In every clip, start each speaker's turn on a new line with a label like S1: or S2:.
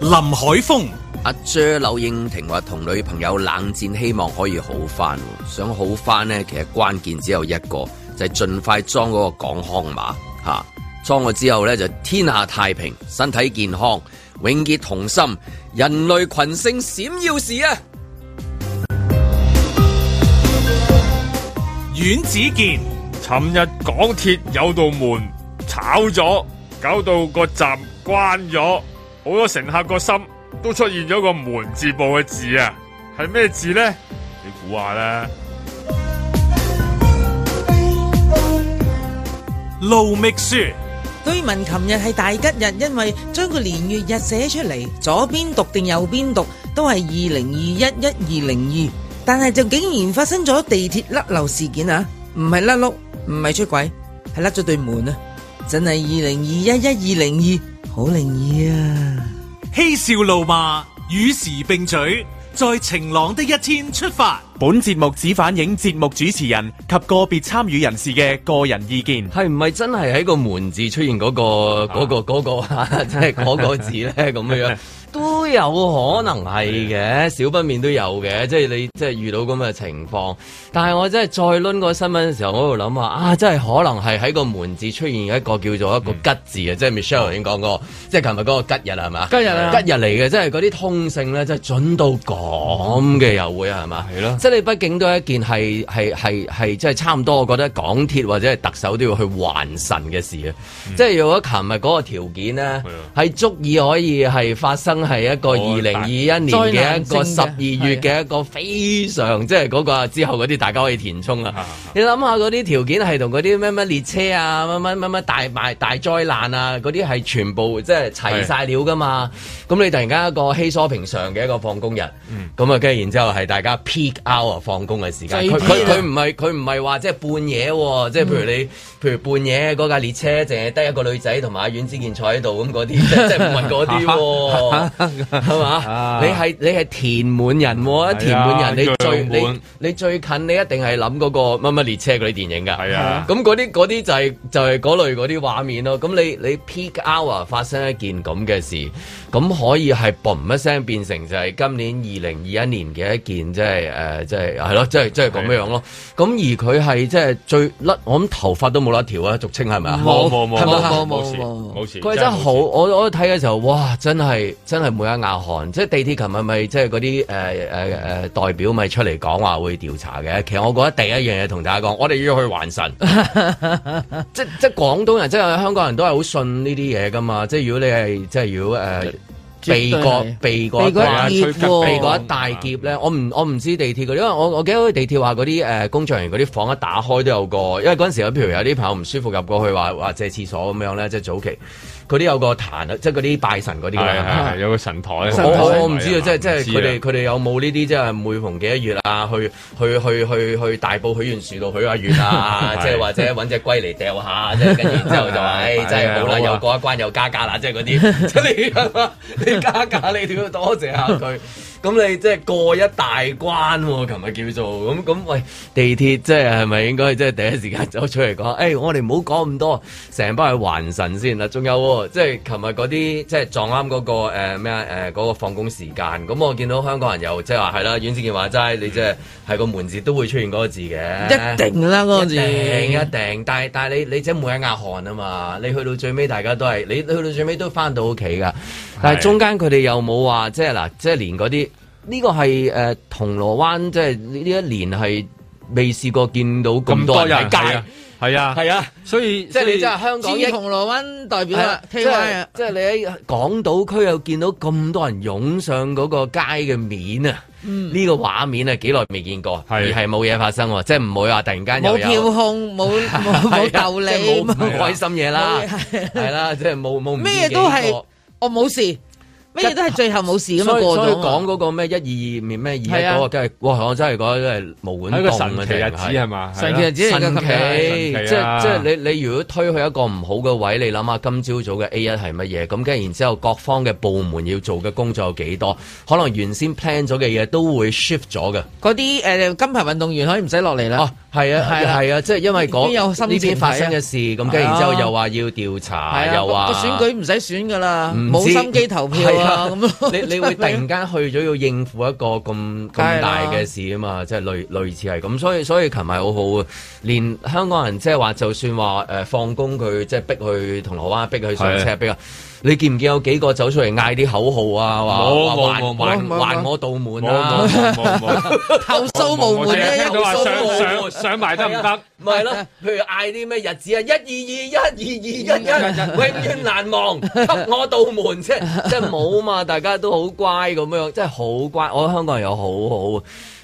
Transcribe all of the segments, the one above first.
S1: 林海峰、
S2: 阿 J 柳應廷話同女朋友冷戰，希望可以好翻。想好翻呢，其實關鍵只有一個，就係、是、盡快裝嗰個港康碼嚇、啊。裝咗之後呢，就天下太平，身體健康，永結同心，人類群星閃耀時啊！
S1: 阮子健、
S3: 尋日港鐵有道門炒咗，搞到個站關咗，好多乘客個心都出現咗個門字部嘅字啊！係咩字呢？你估下啦。
S1: 盧覓雪、
S4: 居民琴日係大吉日，因為將個年月日寫出嚟，左邊讀定右邊讀，都係二零二一一二零二，但係就竟然發生咗地鐵甩漏事件啊！唔係甩碌，唔係出軌，係甩咗對門啊！真係二零二一一二零二，好靈異啊！
S1: 嬉笑怒罵，與時並舉，在晴朗的一天出發。
S5: 本節目只反映節目主持人及個別參與人士嘅個人意
S1: 嗯
S5: 見。
S2: 係唔係真係喺個門字出現嗰、個嗰、個嗰、個 即係嗰個字咧咁樣？都有可能係嘅，少不免都有嘅，即係你即係遇到咁嘅情況。但係我真係再攆個新聞嘅時候，我喺度諗啊，啊真係可能係喺個門字出現一個叫做一個吉字啊，即係 Michelle 頭先講過，即係琴日嗰個吉日係嘛？吉日啊，吉日嚟嘅，即係嗰啲通勝咧，即係準到咁嘅又會啊係嘛？係咯，即係你畢竟都係一件係係係係即係差唔多，我覺得港鐵或者係特首都要去還神嘅事啊！即係如果琴日嗰個條件咧，係啊哦足以可以係發生。係一個二零二一年嘅一個十二月嘅一個非常即係嗰個之後嗰啲大家可以填充啊！你諗下嗰啲條件係同嗰啲咩咩列車啊、乜乜乜乜大賣大災難啊嗰啲係全部即係齊晒料噶嘛？咁你突然間一個稀疏平常嘅一個放工日，咁啊跟住然之後係大家 peak hour 放工嘅時間，佢佢佢唔係佢唔係話即係半夜喎，即係譬如你譬如半夜嗰架列車淨係得一個女仔同埋阿阮之健坐喺度咁嗰啲，即係唔係嗰啲喎。係嘛？你係你係填滿人
S3: 哎
S2: 喎，填滿啊人你最你你最近你一定係諗嗰個乜乜列車嗰啲電影㗎。
S3: 係啊
S2: 咁嗰啲嗰啲就係就係嗰類嗰啲畫面咯。咁你你 peak hour 發生一件咁嘅事，咁可以係嘣一聲變成就係今年二零二一年嘅一件即係誒即係係咯，即係即係咁樣樣咯。咁而佢係即係最甩，我諗頭髮都冇甩條啊，俗稱係咪啊？
S3: 冇冇冇
S2: 係咪啊
S3: 冇
S4: 冇
S3: 冇事
S4: 冇
S3: 冇事，
S2: 佢真係好，我我睇嘅時候，哇！真係真係每一額汗，即係地鐵琴日咪即係嗰啲呃誒誒誒代表咪出嚟講話會調查嘅。其實我覺得第一樣嘢同大家講，我哋要去還神。 即即廣東人，即係香港人都係好信呢啲嘢噶嘛。即係如果你係即係如果誒。呃避過避過一
S4: 避過
S2: 關
S4: 一劫喎
S2: 避過一大劫咧，我唔我唔知地鐵嗰啲，因為我我記得地鐵話嗰啲誒工作人員嗰啲房一打開都有個，因為嗰陣時有譬如有啲朋友唔舒服入過去話話借廁所咁樣咧，即係早期嗰啲有個壇，啊即係嗰啲拜神嗰啲
S3: 係
S2: 㗎
S3: 係
S2: 嘛
S3: 係有個神台，
S2: 我我唔知啊，即係即係佢哋
S3: 唔知
S2: 佢哋有冇呢啲即係每逢幾多月啊，去 去去去去大埔許願樹度許下願啊，
S3: 係
S2: 即係或者揾只龜嚟掉下，即係跟住之後 就話，唉，
S3: 係啊
S2: 真係好
S3: 好
S2: 啦，
S3: 啊
S2: 又過一關又加價啦，即係嗰啲， 即係你你加價你都要多謝下 佢。咁你即係過一大關喎、琴日叫做咁咁，喂地鐵即係係咪應該即係第一時間走出嚟講？ 誒、我哋唔好講咁多，成班去還神先啦。仲有喎即係琴日嗰啲即係撞啱嗰、個誒咩啊誒嗰個放工時間，咁我見到香港人又即係話係啦，阮志健話齋，你即係係個門字都會出現嗰個字嘅，
S4: 一定啦，嗰個字
S2: 一定一定，但係但係你你即係每一額汗啊嘛，你去到最尾大家都係你你去到最尾都翻到屋企噶，但係中間佢哋又冇話即係嗱，即係連嗰啲呢個係誒、呃、銅鑼灣，即係呢呢一年係未試過見到咁
S3: 咁
S2: 多
S3: 多
S2: 人
S3: 人
S2: 喺街
S3: 係，係啊，
S2: 係啊，
S3: 所以
S2: 即係你真係香
S4: 至
S2: 港一
S4: 銅鑼灣代表
S2: 係
S4: 啦
S2: 啊即
S4: ，K Y
S2: 係
S4: 啊，
S2: 即係你喺港島區又見到咁多人湧上嗰個街嘅面啊！呢個畫面啊，幾耐未見過，
S3: 嗯係啊
S2: 而係冇嘢發生喎，即係唔會話突然間又
S4: 冇
S2: 有
S4: 票 控，冇 冇冇道理
S2: 係啊即係，冇
S4: 冇
S2: 冇開心嘢啦
S4: 冇，嘢
S2: 係啦，即係冇冇唔知
S4: 咩嘢都
S2: 幾
S4: 係
S2: 個。
S4: 我冇事，咩嘢都係最後冇事咁
S2: 所
S4: 樣
S2: 以
S4: 過
S2: 所以
S4: 咗啊。
S2: 講嗰個咩一二二面咩二一
S4: 係啊
S2: 嗰個，真係哇！我真係覺得真係無管
S3: 喺個神
S2: 動啊，
S3: 奇日
S2: 真
S3: 子
S2: 係
S3: 係嘛？
S4: 神奇日子嚟
S2: 神
S4: 㗎，
S2: 奇
S4: 琴日係
S3: 神
S2: 即
S3: 奇啊
S2: 係即係你你如果推去一個唔好嘅位，你諗下今朝早嘅 A 一係乜嘢？咁跟住然之後各方嘅部門要做嘅工作有幾多？可能原先 plan 咗嘅嘢都會 shift 咗嘅。
S4: 嗰啲誒金牌運動員可以唔使落嚟啦
S2: 哦。，係啊，
S4: 係
S2: 係
S4: 啦
S2: 啊，係啊，即係因為
S4: 邊有
S2: 嗰
S4: 心
S2: 呢
S4: 情睇
S2: 邊
S4: 啊
S2: 發生嘅事，咁跟住然之後又話要調
S4: 係
S2: 查，
S4: 啊，
S2: 又話
S4: 個選舉唔使選噶啦，
S2: 唔
S4: 冇
S2: 知
S4: 心機投票
S2: 係啊，
S4: 咁咯
S2: 你 你會突然間去咗要應付一個咁咁
S4: 係啦
S2: 大嘅事啊嘛，即係類類似係咁，所以所以琴日好好啊，連香港人即係話，就算話誒放工佢即係逼去銅鑼灣，逼佢上車，逼啊！你見唔見有幾個走出嚟嗌啲口號啊？
S6: 冇
S2: 話話
S6: 冇冇
S2: 還
S4: 冇冇
S2: 還還我道門
S6: 冇
S2: 啊！
S6: 冇冇冇 冇。
S4: 投訴無門
S6: 我淨係
S4: 咧，
S6: 聽到話
S4: 投訴
S6: 上
S4: 無門
S6: 上上埋得唔得？
S2: 咪係咯，譬如嗌啲咩日子啊，一二二一 二二一一，永遠難忘，給我道門啫， 即係冇嘛，大家都好乖咁樣，真係好乖。我覺得香港人又好好，啊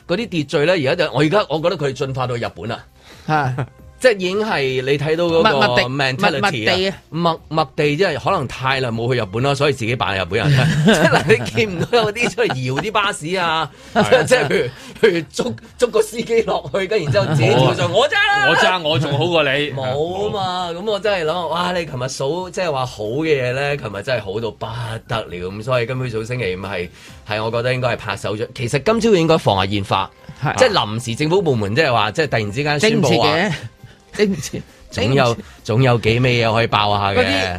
S2: 嗰啲秩序咧，而家就我而家我覺得佢進化到日本啦。
S4: 嚇
S2: 即係已經係你睇到嗰
S4: 默默地
S2: 個
S4: 默默地
S2: mentality
S4: 啊
S2: 啊，默默地即係可能太耐冇去日本啦，所以自己扮日本人。啊 即係嗱你見唔到有啲出嚟搖啲巴士啊，即係即係譬如譬如捉捉個司機落去，跟然之後自己跳上我揸啦，
S6: 我爭我仲好過你。
S2: 冇啊嘛，咁我真係諗，哇！你琴日數即係話好嘅嘢咧，琴日真係好到不得了，咁所以今朝早星期五係係我覺得應該係拍手掌。其實今朝應該放下煙花，即係臨時政府部門即係話，即係突然之間
S4: 整
S2: 宣
S4: 唔
S2: 布
S4: 切
S2: 話，
S4: 嘅，整唔切，
S2: 總有總有幾味嘢可以爆下
S4: 哎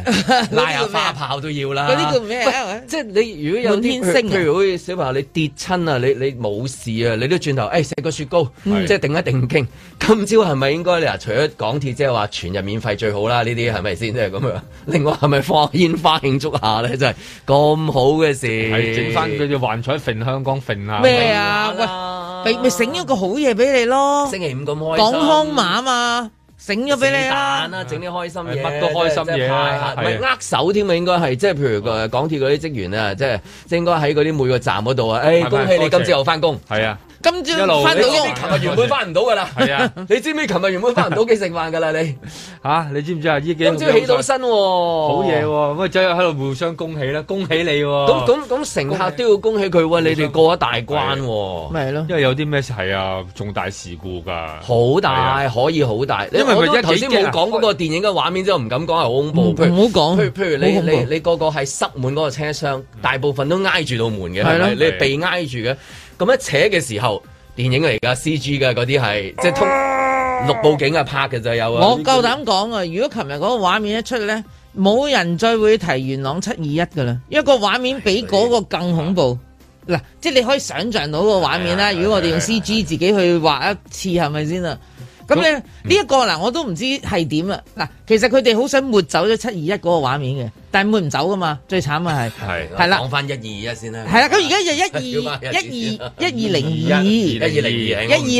S4: 嗰
S2: 嘅，
S4: 啲
S2: 拉下
S4: 嗰啲叫咩
S2: 花
S4: 啊
S2: 炮都要啦。
S4: 嗰啲叫咩啊
S2: 喂即係你如果有啲
S4: 滿天星啊
S2: 譬如好似小朋友你跌親啊，你你冇事啊，你都轉頭誒食個雪糕，
S4: 嗯
S2: 即係定一定經。 今朝係咪應該你啊？除咗港鐵即係話全日免費最好啦，呢啲係咪先即係咁樣？ 另外係咪放煙花慶祝下咧？真係咁好嘅
S6: 係
S2: 事，
S6: 整翻佢隻幻彩揈香港揈啊！
S4: 咩啊？
S2: 明啦
S4: 喂，咪咪醒咗個好嘢俾你咯，
S2: 星期五咁開
S4: 港
S2: 心
S4: 康碼嘛，醒咗俾你
S2: 是但
S4: 啦，
S2: 啦，整啲開心嘢，
S6: 乜都開心嘢嗯
S2: 即係派下唔係握手添啊，應該係即係譬如個呃港鐵嗰啲職員啊，即係即係應該喺嗰啲每個站嗰度啊，誒
S6: 拜
S2: 恭喜你
S6: 多謝
S2: 今朝又翻工，
S6: 係啊，
S4: 今
S6: 一
S4: 朝
S6: 路
S4: 翻
S2: 你
S4: 到
S2: 知唔
S6: 一
S4: 屋
S6: 路
S2: 知。琴日原本翻唔到㗎啦，
S6: 係啊，
S2: 你知唔知琴日原本翻唔到幾食飯㗎啦你，
S6: 嚇你知唔知啊？呢幾
S2: 今朝起到身喎，
S6: 好嘢喎，咁啊走入喺度互相恭喜啦，恭喜你喎！
S2: 咁咁咁乘客都要恭喜佢喎，你哋過咗大關喎。
S4: 咪係咯，
S6: 因為有啲咩係啊，重大事故㗎。
S2: 好
S6: 係啊
S2: 大，可以好大。
S6: 因為
S2: 我
S6: 佢
S2: 都
S6: 一
S2: 頭先
S6: 幾
S2: 冇
S6: 驚啊嗯
S2: 講嗰個電影嘅畫面之後，唔敢講係好恐
S4: 唔
S2: 怖。譬如
S4: 唔好講
S2: 譬如譬如
S4: 哦好
S2: 你
S4: 恐怖嗯
S2: 你你個個係塞滿嗰個車廂，大部分都挨住到門嘅，係
S4: 係咯
S2: 咪？你係被挨住嘅，咁一扯嘅時候，電影嚟㗎，C G 嘅嗰啲係即係通綠布景啊拍嘅就有啊。
S4: 我夠膽講啊！如果琴日嗰個畫面一出咧，冇人再會提元朗七二一噶啦，因為個畫面比嗰個更恐怖。嗱，即係你可以想像到個畫面啦。如果我哋用 C G 自己去畫一次，係咪先啊？咁咧呢一個嗱，我都唔知係點啊！嗱，其實佢哋好想抹走咗七二一嗰個畫面嘅，但係抹唔走噶嘛，最慘啊係。
S6: 係
S4: 係啦
S2: 講翻一二一先啦。
S4: 係啦，咁而家就一
S2: 要
S4: 二
S2: 翻
S4: 一
S2: 一
S4: 二
S2: 二
S4: 一二零二，一
S2: 啊一二零二，
S4: 二零
S2: 我唔知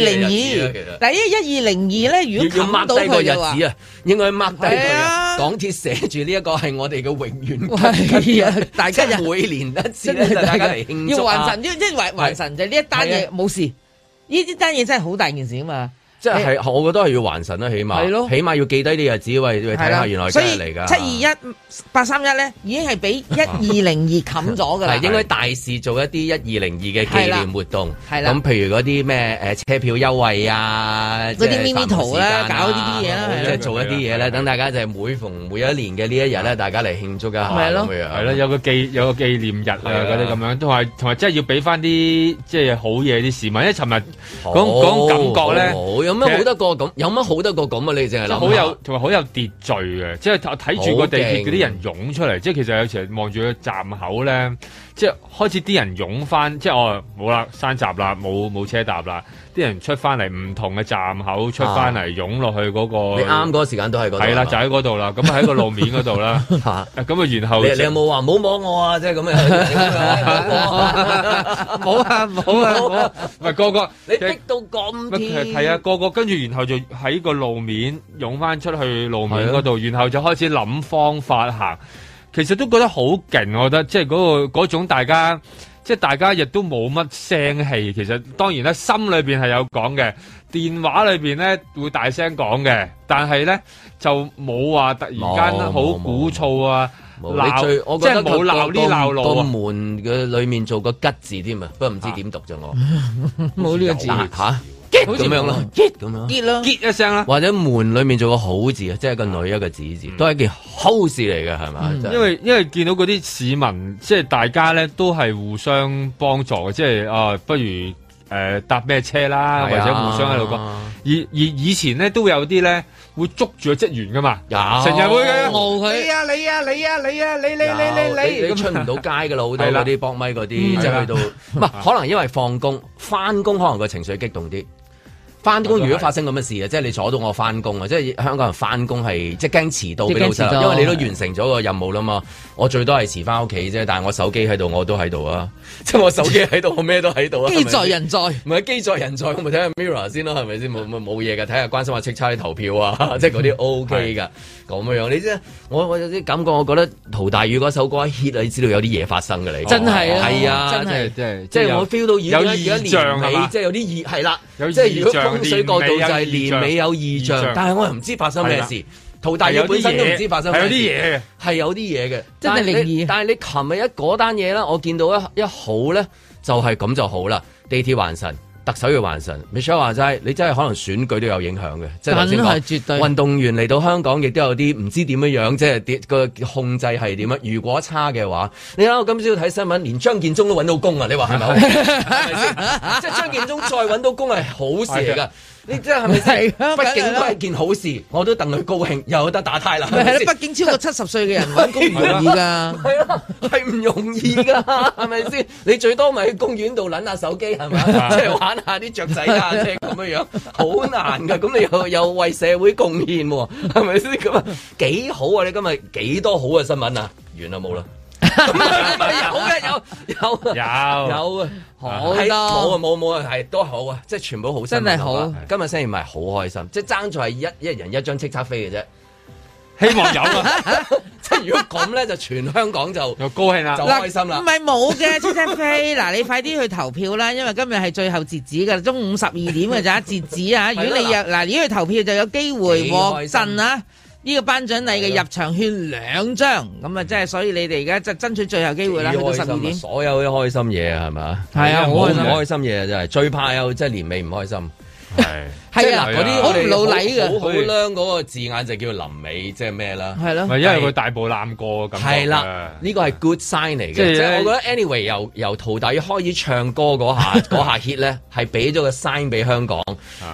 S2: 係日子啦
S4: 二。嗱，一一二零二咧，
S2: 其實
S4: 如
S2: 要
S4: 果
S2: 要
S4: 冚
S2: 抹
S4: 到
S2: 低個
S4: 佢
S2: 日
S4: 就話。
S2: 子啊，應該抹低佢
S4: 係啊
S2: 啊。港鐵寫住呢一個係我哋嘅永遠
S4: 係啊大家
S2: 即係
S4: 又
S2: 每年一次
S4: 真
S2: 咧，
S4: 係
S2: 就大家
S4: 大家
S2: 嚟慶
S4: 要
S2: 祝
S4: 還
S2: 啊！
S4: 神，即即還還神就呢一單嘢
S2: 係啊
S4: 冇事，呢呢單嘢真係好大件事啊嘛，
S2: 即係我覺得係要還神啦，起
S4: 係咯
S2: 碼起碼要記低啲日子，喂喂，睇下原來
S4: 所
S2: 今
S4: 以
S2: 日嚟㗎。啊
S4: 七二一八三一咧已經係俾一二零 二冚咗㗎啦
S2: 係，應該大事做一啲一二零二嘅紀
S4: 係啦
S2: 念活動，
S4: 係啦
S2: 咁譬如嗰啲咩誒車票優惠啊，
S4: 嗰
S2: 即
S4: 啲
S2: 係
S4: mini
S2: 繁忙
S4: 圖啦
S2: 時間
S4: 搞呢啲嘢啦係
S2: 即
S4: 啦
S2: 係做一啲嘢
S6: 啊
S2: 咧，等大家就係每逢每一年嘅呢一日咧，大家嚟慶祝一下
S4: 咪係咯
S2: 咁樣
S6: 係啦，有個紀有個紀念日啊，
S2: 啊係啊
S6: 嗰啲咁樣都係，同埋真係要俾翻啲即係好嘢啲市民。因為尋日
S2: 好
S6: 講講感覺咧，
S2: 好有乜好得過咁？有乜好得過咁啊？你淨係
S6: 即係
S2: 諗
S6: 好有
S2: 下
S6: 同埋好有秩序嘅，即係睇住個地鐵嗰啲人湧出嚟，即係其實有時望住個站口咧，即係開始啲人湧翻，即係哦冇啦，山閘啦，冇冇車搭啦，啲人出翻嚟唔同嘅站口出翻嚟湧落去嗰個，
S2: 你啱嗰個時間都係嗰度
S6: 係啦，
S2: 係嘛
S6: 就喺嗰度啦，咁喺個路面嗰度啦，
S2: 嚇
S6: 咁啊然後
S2: 你你有冇話唔好摸我啊？ 即係 咁樣，
S6: 冇啊冇啊冇啊，唔係個個
S2: 你逼到咁
S6: 乜
S2: 貼，
S6: 係啊，個個跟住，然後就喺個路面湧翻出去路面
S2: 啊
S6: 嗰度，然後就開始諗方法行。其實都覺得好勁，我覺得即係嗰、個嗰種大家，即係大家亦都冇乜聲氣。其實當然啦，心裏邊係有講嘅，電話裏邊咧會大聲講嘅，但係咧就冇話突然間
S2: 冇
S6: 好
S2: 冇
S6: 鼓噪啊，
S2: 冇你最，我
S6: 鬧即
S2: 覺
S6: 係
S2: 得
S6: 冇鬧呢鬧
S2: 個
S6: 路
S2: 個
S6: 啊，
S2: 門嘅裏面做個吉字添啊，不過唔知點讀啫 我
S4: 冇呢個字，
S2: 啊嚇結咁樣咯，結咁樣，
S4: 結咯，
S6: 結一聲啦。
S2: 或者門裏面做個好字啊，即係一個女一個子字，都係一件好事嚟嘅係嘛？真係
S6: 嗯因為因為見到嗰啲市民，即係大家咧都係互相幫助嘅，即係啊，不如
S3: 誒呃搭咩車啦，或
S2: 係啊
S3: 者互相喺度講。而而以前咧都有啲咧會捉住個職員噶嘛，
S2: 有
S3: 成日會嘅
S2: 冇
S4: 哎
S2: 佢
S3: 你啊你啊你啊你啊你你
S2: 你
S3: 你
S2: 你
S3: 你
S2: 你
S3: 你
S2: 出唔到街㗎啦，好多
S3: 係啦
S2: 嗰啲搏咪嗰啲，即係去到唔係可能因為放工翻工，可能個情緒激動啲。翻工如果發生咁嘅事啊，即係你阻到我翻工啊，即係香港人翻工係即係驚遲到俾老
S7: 即係驚遲
S2: 細，
S7: 到
S2: 因為你都完成咗個任務啦嘛。我最多係遲翻屋企啫，但係我手機喺度，我都喺度啊，即係我手機喺度，我咩都喺度啊。
S7: 機
S2: 係咪
S7: 在
S2: 先
S7: 人在，
S2: 唔係機在人在，我咪睇 下 Mirror 先咯，係咪先？冇冇冇嘢嘅，睇下關心下叱咤啲投 票啊，即係嗰啲 OK 㗎。咁樣你即係我我有啲感覺，我覺得陶大宇嗰首歌一 hit 啊你知道有啲嘢發生㗎你。
S7: 真係啊，
S2: 係啊，
S7: 真係。
S3: 即係
S2: 即係我 feel 到而家
S3: 有
S2: 而家
S3: 異象係
S2: 年
S3: 嘛
S2: 尾，即係有啲異係啦，
S3: 有
S2: 即係如
S3: 異
S2: 果
S3: 象
S2: 風水過度就
S3: 年尾有
S2: 係
S3: 異
S2: 年尾有異
S3: 象
S2: 象，但係我又唔知發生咩
S3: 係
S2: 事。陶大宇
S3: 有啲
S2: 本身都唔知
S3: 嘢
S2: 發
S3: 係
S2: 生咩
S3: 有
S2: 事，
S3: 啲嘢嘅。
S2: 係有啲嘢嘅，
S7: 真係
S2: 但你
S7: 靈異
S2: 但係你琴日一嗰單嘢啦，我見到一一好咧，就係、咁就好啦。地鐵還神，特首要還神。Michelle 話齋，你真係可能選舉都有影響嘅，即係頭先
S7: 梗係
S2: 講
S7: 絕對
S2: 運動員嚟到香港，亦都有啲唔知點樣樣，即係啲個控制係點啊樣。如果差嘅話，你睇我今朝睇新聞，連張建宗都揾到工啊！你話係 咪好？係咪先？即係張建宗再揾到工係好事
S3: 係
S2: 嚟㗎。你即係係咪先？
S7: 啊係啊
S2: 畢竟
S7: 梗係
S2: 都
S7: 啦
S2: 係件好事，我都戥佢高興，又有得打呔啦。係咪
S4: 咪係
S7: 啊
S2: 先
S4: 咯，畢竟超過七十 歲嘅人揾工唔容易㗎。
S2: 係啊，係唔容易噶，係咪 先？你最多咪喺公園度撚下手機係咪？即係玩下啲雀仔 啊，即係咁樣樣，好難噶。咁你又又為社會貢獻喎，係咪先？咁啊幾好啊！你今日幾多好嘅新聞啊？完啦 冇啦，有嘅有有啊
S3: 有
S2: 有啊。
S7: 好
S2: 係冇啊
S7: 多，
S2: 冇冇啊，係都好啊，即係全部好新
S7: 真
S2: 聞
S7: 係好
S2: 啊今日星期五係好開心，即係爭在係一一人一張叱咤飛嘅啫。
S3: 希望有 啊，
S2: 即係如果咁咧，就全香港就
S3: 又高興啊啦
S2: 就。開心啦
S4: 唔。係冇嘅，車仔飛嗱，你快啲去投票啦，因為今日係最後截止㗎，中午十二點嘅咋截止 啊！如果你入嗱，如果去投票就有機會
S2: 幾
S4: 獲
S2: 開心啊
S4: 贈啊！呢個頒獎禮嘅入場券兩張，咁啊，即係所以你哋而家就爭取最後機會啦，去到十
S2: 啊
S4: 二點。
S2: 所有啲開心嘢啊，係咪？
S7: 係啊
S2: 冇
S7: 好開心
S2: 唔開心嘢啊真係最怕有即係年尾唔開心。
S3: 係
S2: 即
S7: 係
S2: 係
S7: 啊
S2: 嗱，嗰啲
S7: 好
S2: 我
S7: 唔
S2: 哋
S7: 老禮
S2: 好
S7: 嘅，
S2: 好孏嗰個字眼就叫臨尾，即係咩啦？
S7: 係咯，
S3: 咪因為佢大步攬過咁。
S2: 係啦，呢個係 good sign 嚟嘅，
S3: 即係
S2: 即係
S3: 咧
S2: 我覺得 anyway 由由徒弟開始唱歌嗰下嗰下 hit 咧，係俾咗個 sign 俾香港。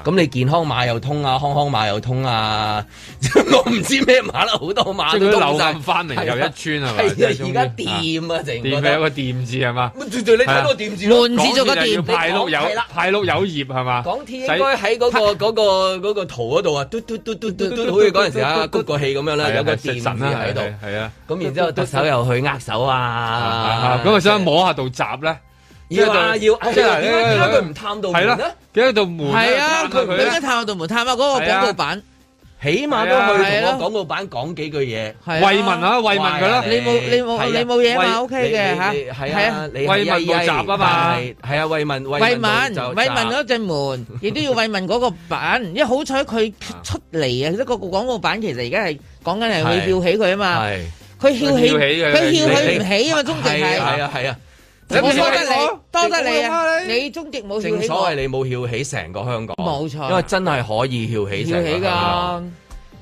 S2: 咁你健康碼又通啊，康康碼又通啊，我唔知咩碼啦，好多碼
S3: 即係
S2: 都
S3: 佢
S2: 通
S3: 流
S2: 晒
S3: 咁。翻嚟又一村係咪？
S2: 係啊，而家
S3: 店
S2: 掂啊，成
S3: 店
S2: 個
S3: 佢有
S2: 都
S3: 個店字係嘛？啊
S2: 咁對對你睇到掂住咯
S7: 亂字咗個店
S3: 港鐵就要，派碌
S2: 你講係
S3: 友
S2: 啦
S3: 派碌友業係嘛？
S2: 港鐵應該喺嗰、個嗰、個嗰個圖嗰度啊，嘟嘟嘟嘟嘟嘟，好似嗰陣時啊，谷個氣咁樣啦，有個電
S3: 電
S2: 字喺度，
S3: 係啊。
S2: 咁然之後特首又去握手啊，
S3: 咁我想摸下道閘咧，
S2: 要啊要啊，
S3: 即係
S2: 點解點解佢唔探到
S3: 係
S2: 門
S3: 啦
S2: 咧？，
S3: 點解道門呢
S4: 係
S3: 探
S4: 啊，佢
S3: 下
S4: 唔
S3: 咧
S4: 應該探我度門，探下嗰個
S2: 啊
S4: 廣告版。
S2: 起碼都去同我廣告版講幾句嘢。
S4: 係啊
S3: 慰問啊，慰問佢啦
S2: 喂。
S4: 你冇你冇你冇嘢嘛
S2: 喂
S4: ？OK 嘅嚇，
S2: 你你係
S4: 係
S2: 啊
S4: 啊，
S2: 你
S3: 慰問
S2: 冇
S3: 冇閘啊嘛
S2: 係啊，慰問
S4: 慰
S2: 問
S4: 問
S2: 就
S4: 慰
S2: 閘
S4: 問嗰 隻門，亦都要慰問嗰個版，因為好彩佢出嚟啊！即係個廣告版其實而家係講緊係
S2: 係
S4: 會翹起佢啊嘛，
S2: 係
S4: 佢翹起
S3: 佢翹起嘅
S4: 佢翹
S2: 你
S4: 起唔
S2: 你
S4: 起啊嘛，終極
S2: 係啊係
S4: 係，
S2: 啊係啊。
S4: 我多
S3: 你
S4: 得
S3: 翹起
S4: 你
S3: 我
S4: 多得你啊！
S3: 你
S4: 你終極冇翹
S2: 正
S4: 起
S2: 所
S4: 過
S2: 謂，你冇翹起成個香港，
S4: 冇錯
S2: 因為真係可以翹起成
S4: 翹
S2: 個
S4: 啊起
S2: 香港。
S4: 㗎。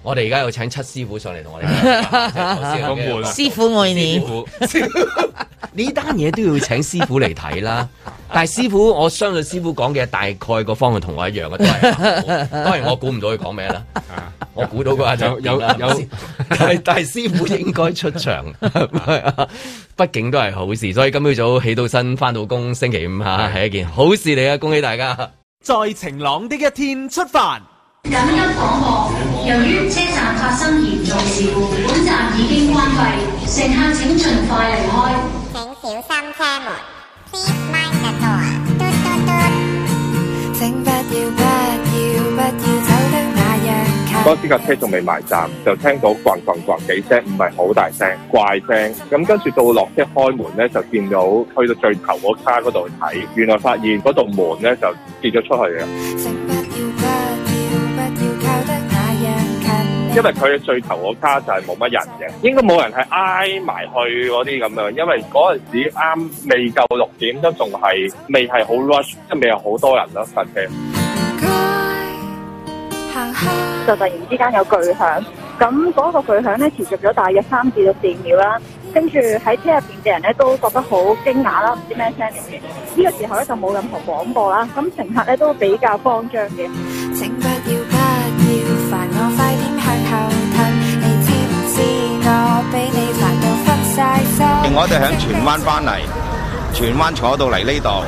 S2: 我哋而家有請七師傅上嚟 同我哋講，
S3: 個門啊
S4: 師傅愛你
S2: 師，傅，呢單嘢都要請師傅嚟睇啦。但係師傅，我相信師傅講嘅大概個方向同我一樣嘅，都係當然我估唔到佢講咩啦。我估到嗰下就
S3: 有有有
S2: 但係但係師傅應該出 場，畢竟都係好事，所以今朝早起到身翻到工，星期五吓係一件好事嚟啊！恭喜大家！
S5: 在晴朗的一天出發。
S8: 緊急廣播，由於車站發生嚴重事故，本站已經關閉，乘客請盡快離開。
S9: 請小心車門。Please mind the door。嘟嘟嘟。請不要不要不要走得那樣近。
S10: 嗰時架車仲未埋站，就聽到咣咣咣幾聲，唔係好大聲，怪聲。咁跟住到落車開門咧，就見到去到最頭嗰卡嗰度睇，原來發現嗰道門咧就跌咗出去嘅，
S9: 請不要不要不要靠得那樣近。
S10: 因為佢嘅最頭嗰卡就係冇乜人嘅，應該冇人係挨埋去嗰啲咁樣，因為嗰陣時啱未夠六點都仲係未係好 rush，即係未有好多人咯，實車。
S9: 該行開。
S11: 就突然之間有巨響，咁嗰個巨響咧持續咗大約三至到四秒啦。
S12: 跟住喺車入邊嘅人咧都覺得好驚訝啦，唔知咩聲嚟嘅。呢、個時候咧就冇任何廣播啦，咁乘客咧都比較慌張嘅。
S13: 請不要不要煩我，快點向後褪。你知唔知我俾你煩到分晒心？
S14: 我哋喺荃灣翻嚟，荃灣坐到嚟呢度，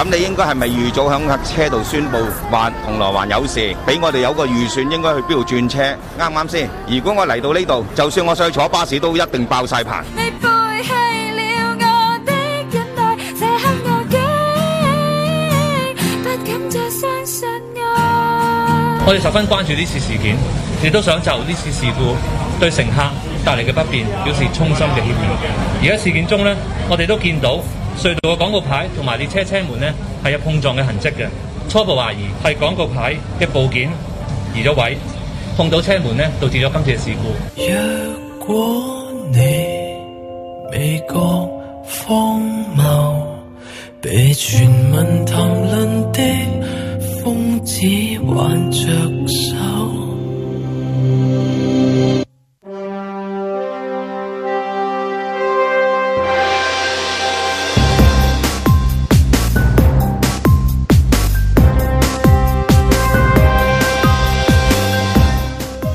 S14: 咁你應該係咪預早喺客車度宣佈話銅鑼灣有事，俾我哋有個預算應該去邊度轉車，啱唔啱先？如果我嚟到呢度，就算我想去坐巴士都一定爆晒棚。
S13: 你背棄了我的忍耐，這刻我竟不敢再相信愛。
S10: 我哋十分關注呢次事件，亦都想就呢次事故對乘客帶嚟嘅不便表示衷心嘅歉意。而喺事件中呢，我哋都見到隧道嘅廣告牌同埋列車車門呢係有碰撞嘅痕跡嘅，初步懷疑係廣告牌嘅部件移咗位，碰到車門呢，導致咗今次嘅事故。
S15: 若果你未覺荒謬，被全民談論的瘋子挽着手。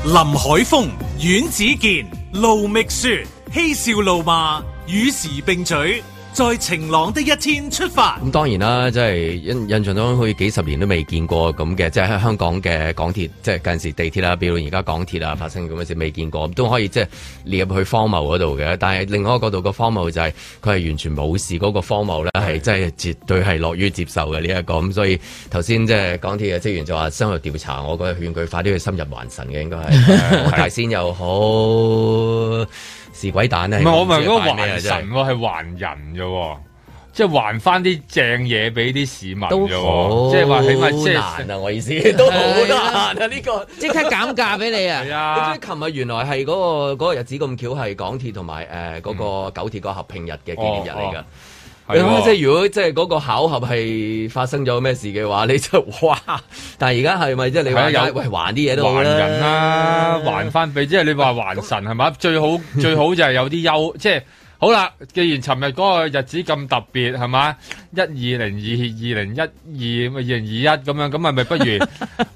S1: 林海峰、阮子健、路觅雪，嬉笑怒罵，與時並舉，在晴朗的一天出發。
S2: 咁當然啦，即係印印象中好似幾十年都未見過咁嘅，即係喺香港嘅港鐵，即係近時地鐵啦，比如而家港鐵
S6: 嗯
S2: 啊，發生咁嘅事未見過，都可以即係列入去荒謬嗰度嘅。但係另外一個角度個荒謬就係佢係完全冇事嗰、個荒謬咧，係真係絕對係樂於接受嘅呢一個。咁所以頭先即係港鐵嘅職員就話深入調查，我覺得勸佢快啲去深入還神嘅，應該 係大仙又好，是鬼蛋咧。
S6: 唔係我咪嗰個
S2: 拜咩啊真係
S6: 還神喎，係還人啫喎，即係還翻啲正嘢俾啲市民啫
S2: 好
S6: 喎，即係話起碼即
S2: 難
S6: 係
S2: 啊！我意思 都好難啊！呢個
S4: 即刻減價俾你 啊！
S6: 係
S2: 你
S6: 啊
S2: 知唔。知琴日原來係嗰個嗰個日子咁巧係港鐵同埋誒嗰個九鐵個合併日嘅紀念日嚟㗎
S6: 嗯哦。
S2: 你諗下即
S6: 係
S2: 係如果即係嗰個巧合係發生咗咩事嘅話，你就哇！ 但係而家係咪即係你話
S6: 係啊有
S2: 喂還啲嘢都好
S6: 還人
S2: 啦？
S6: 啦，還翻俾，即係你話還神係咪？最好 最好就係有啲優，即係好啦。既然尋日嗰個日子咁特別係嘛，一二零二二零一二咪二零二一咁樣，咁係咪 不如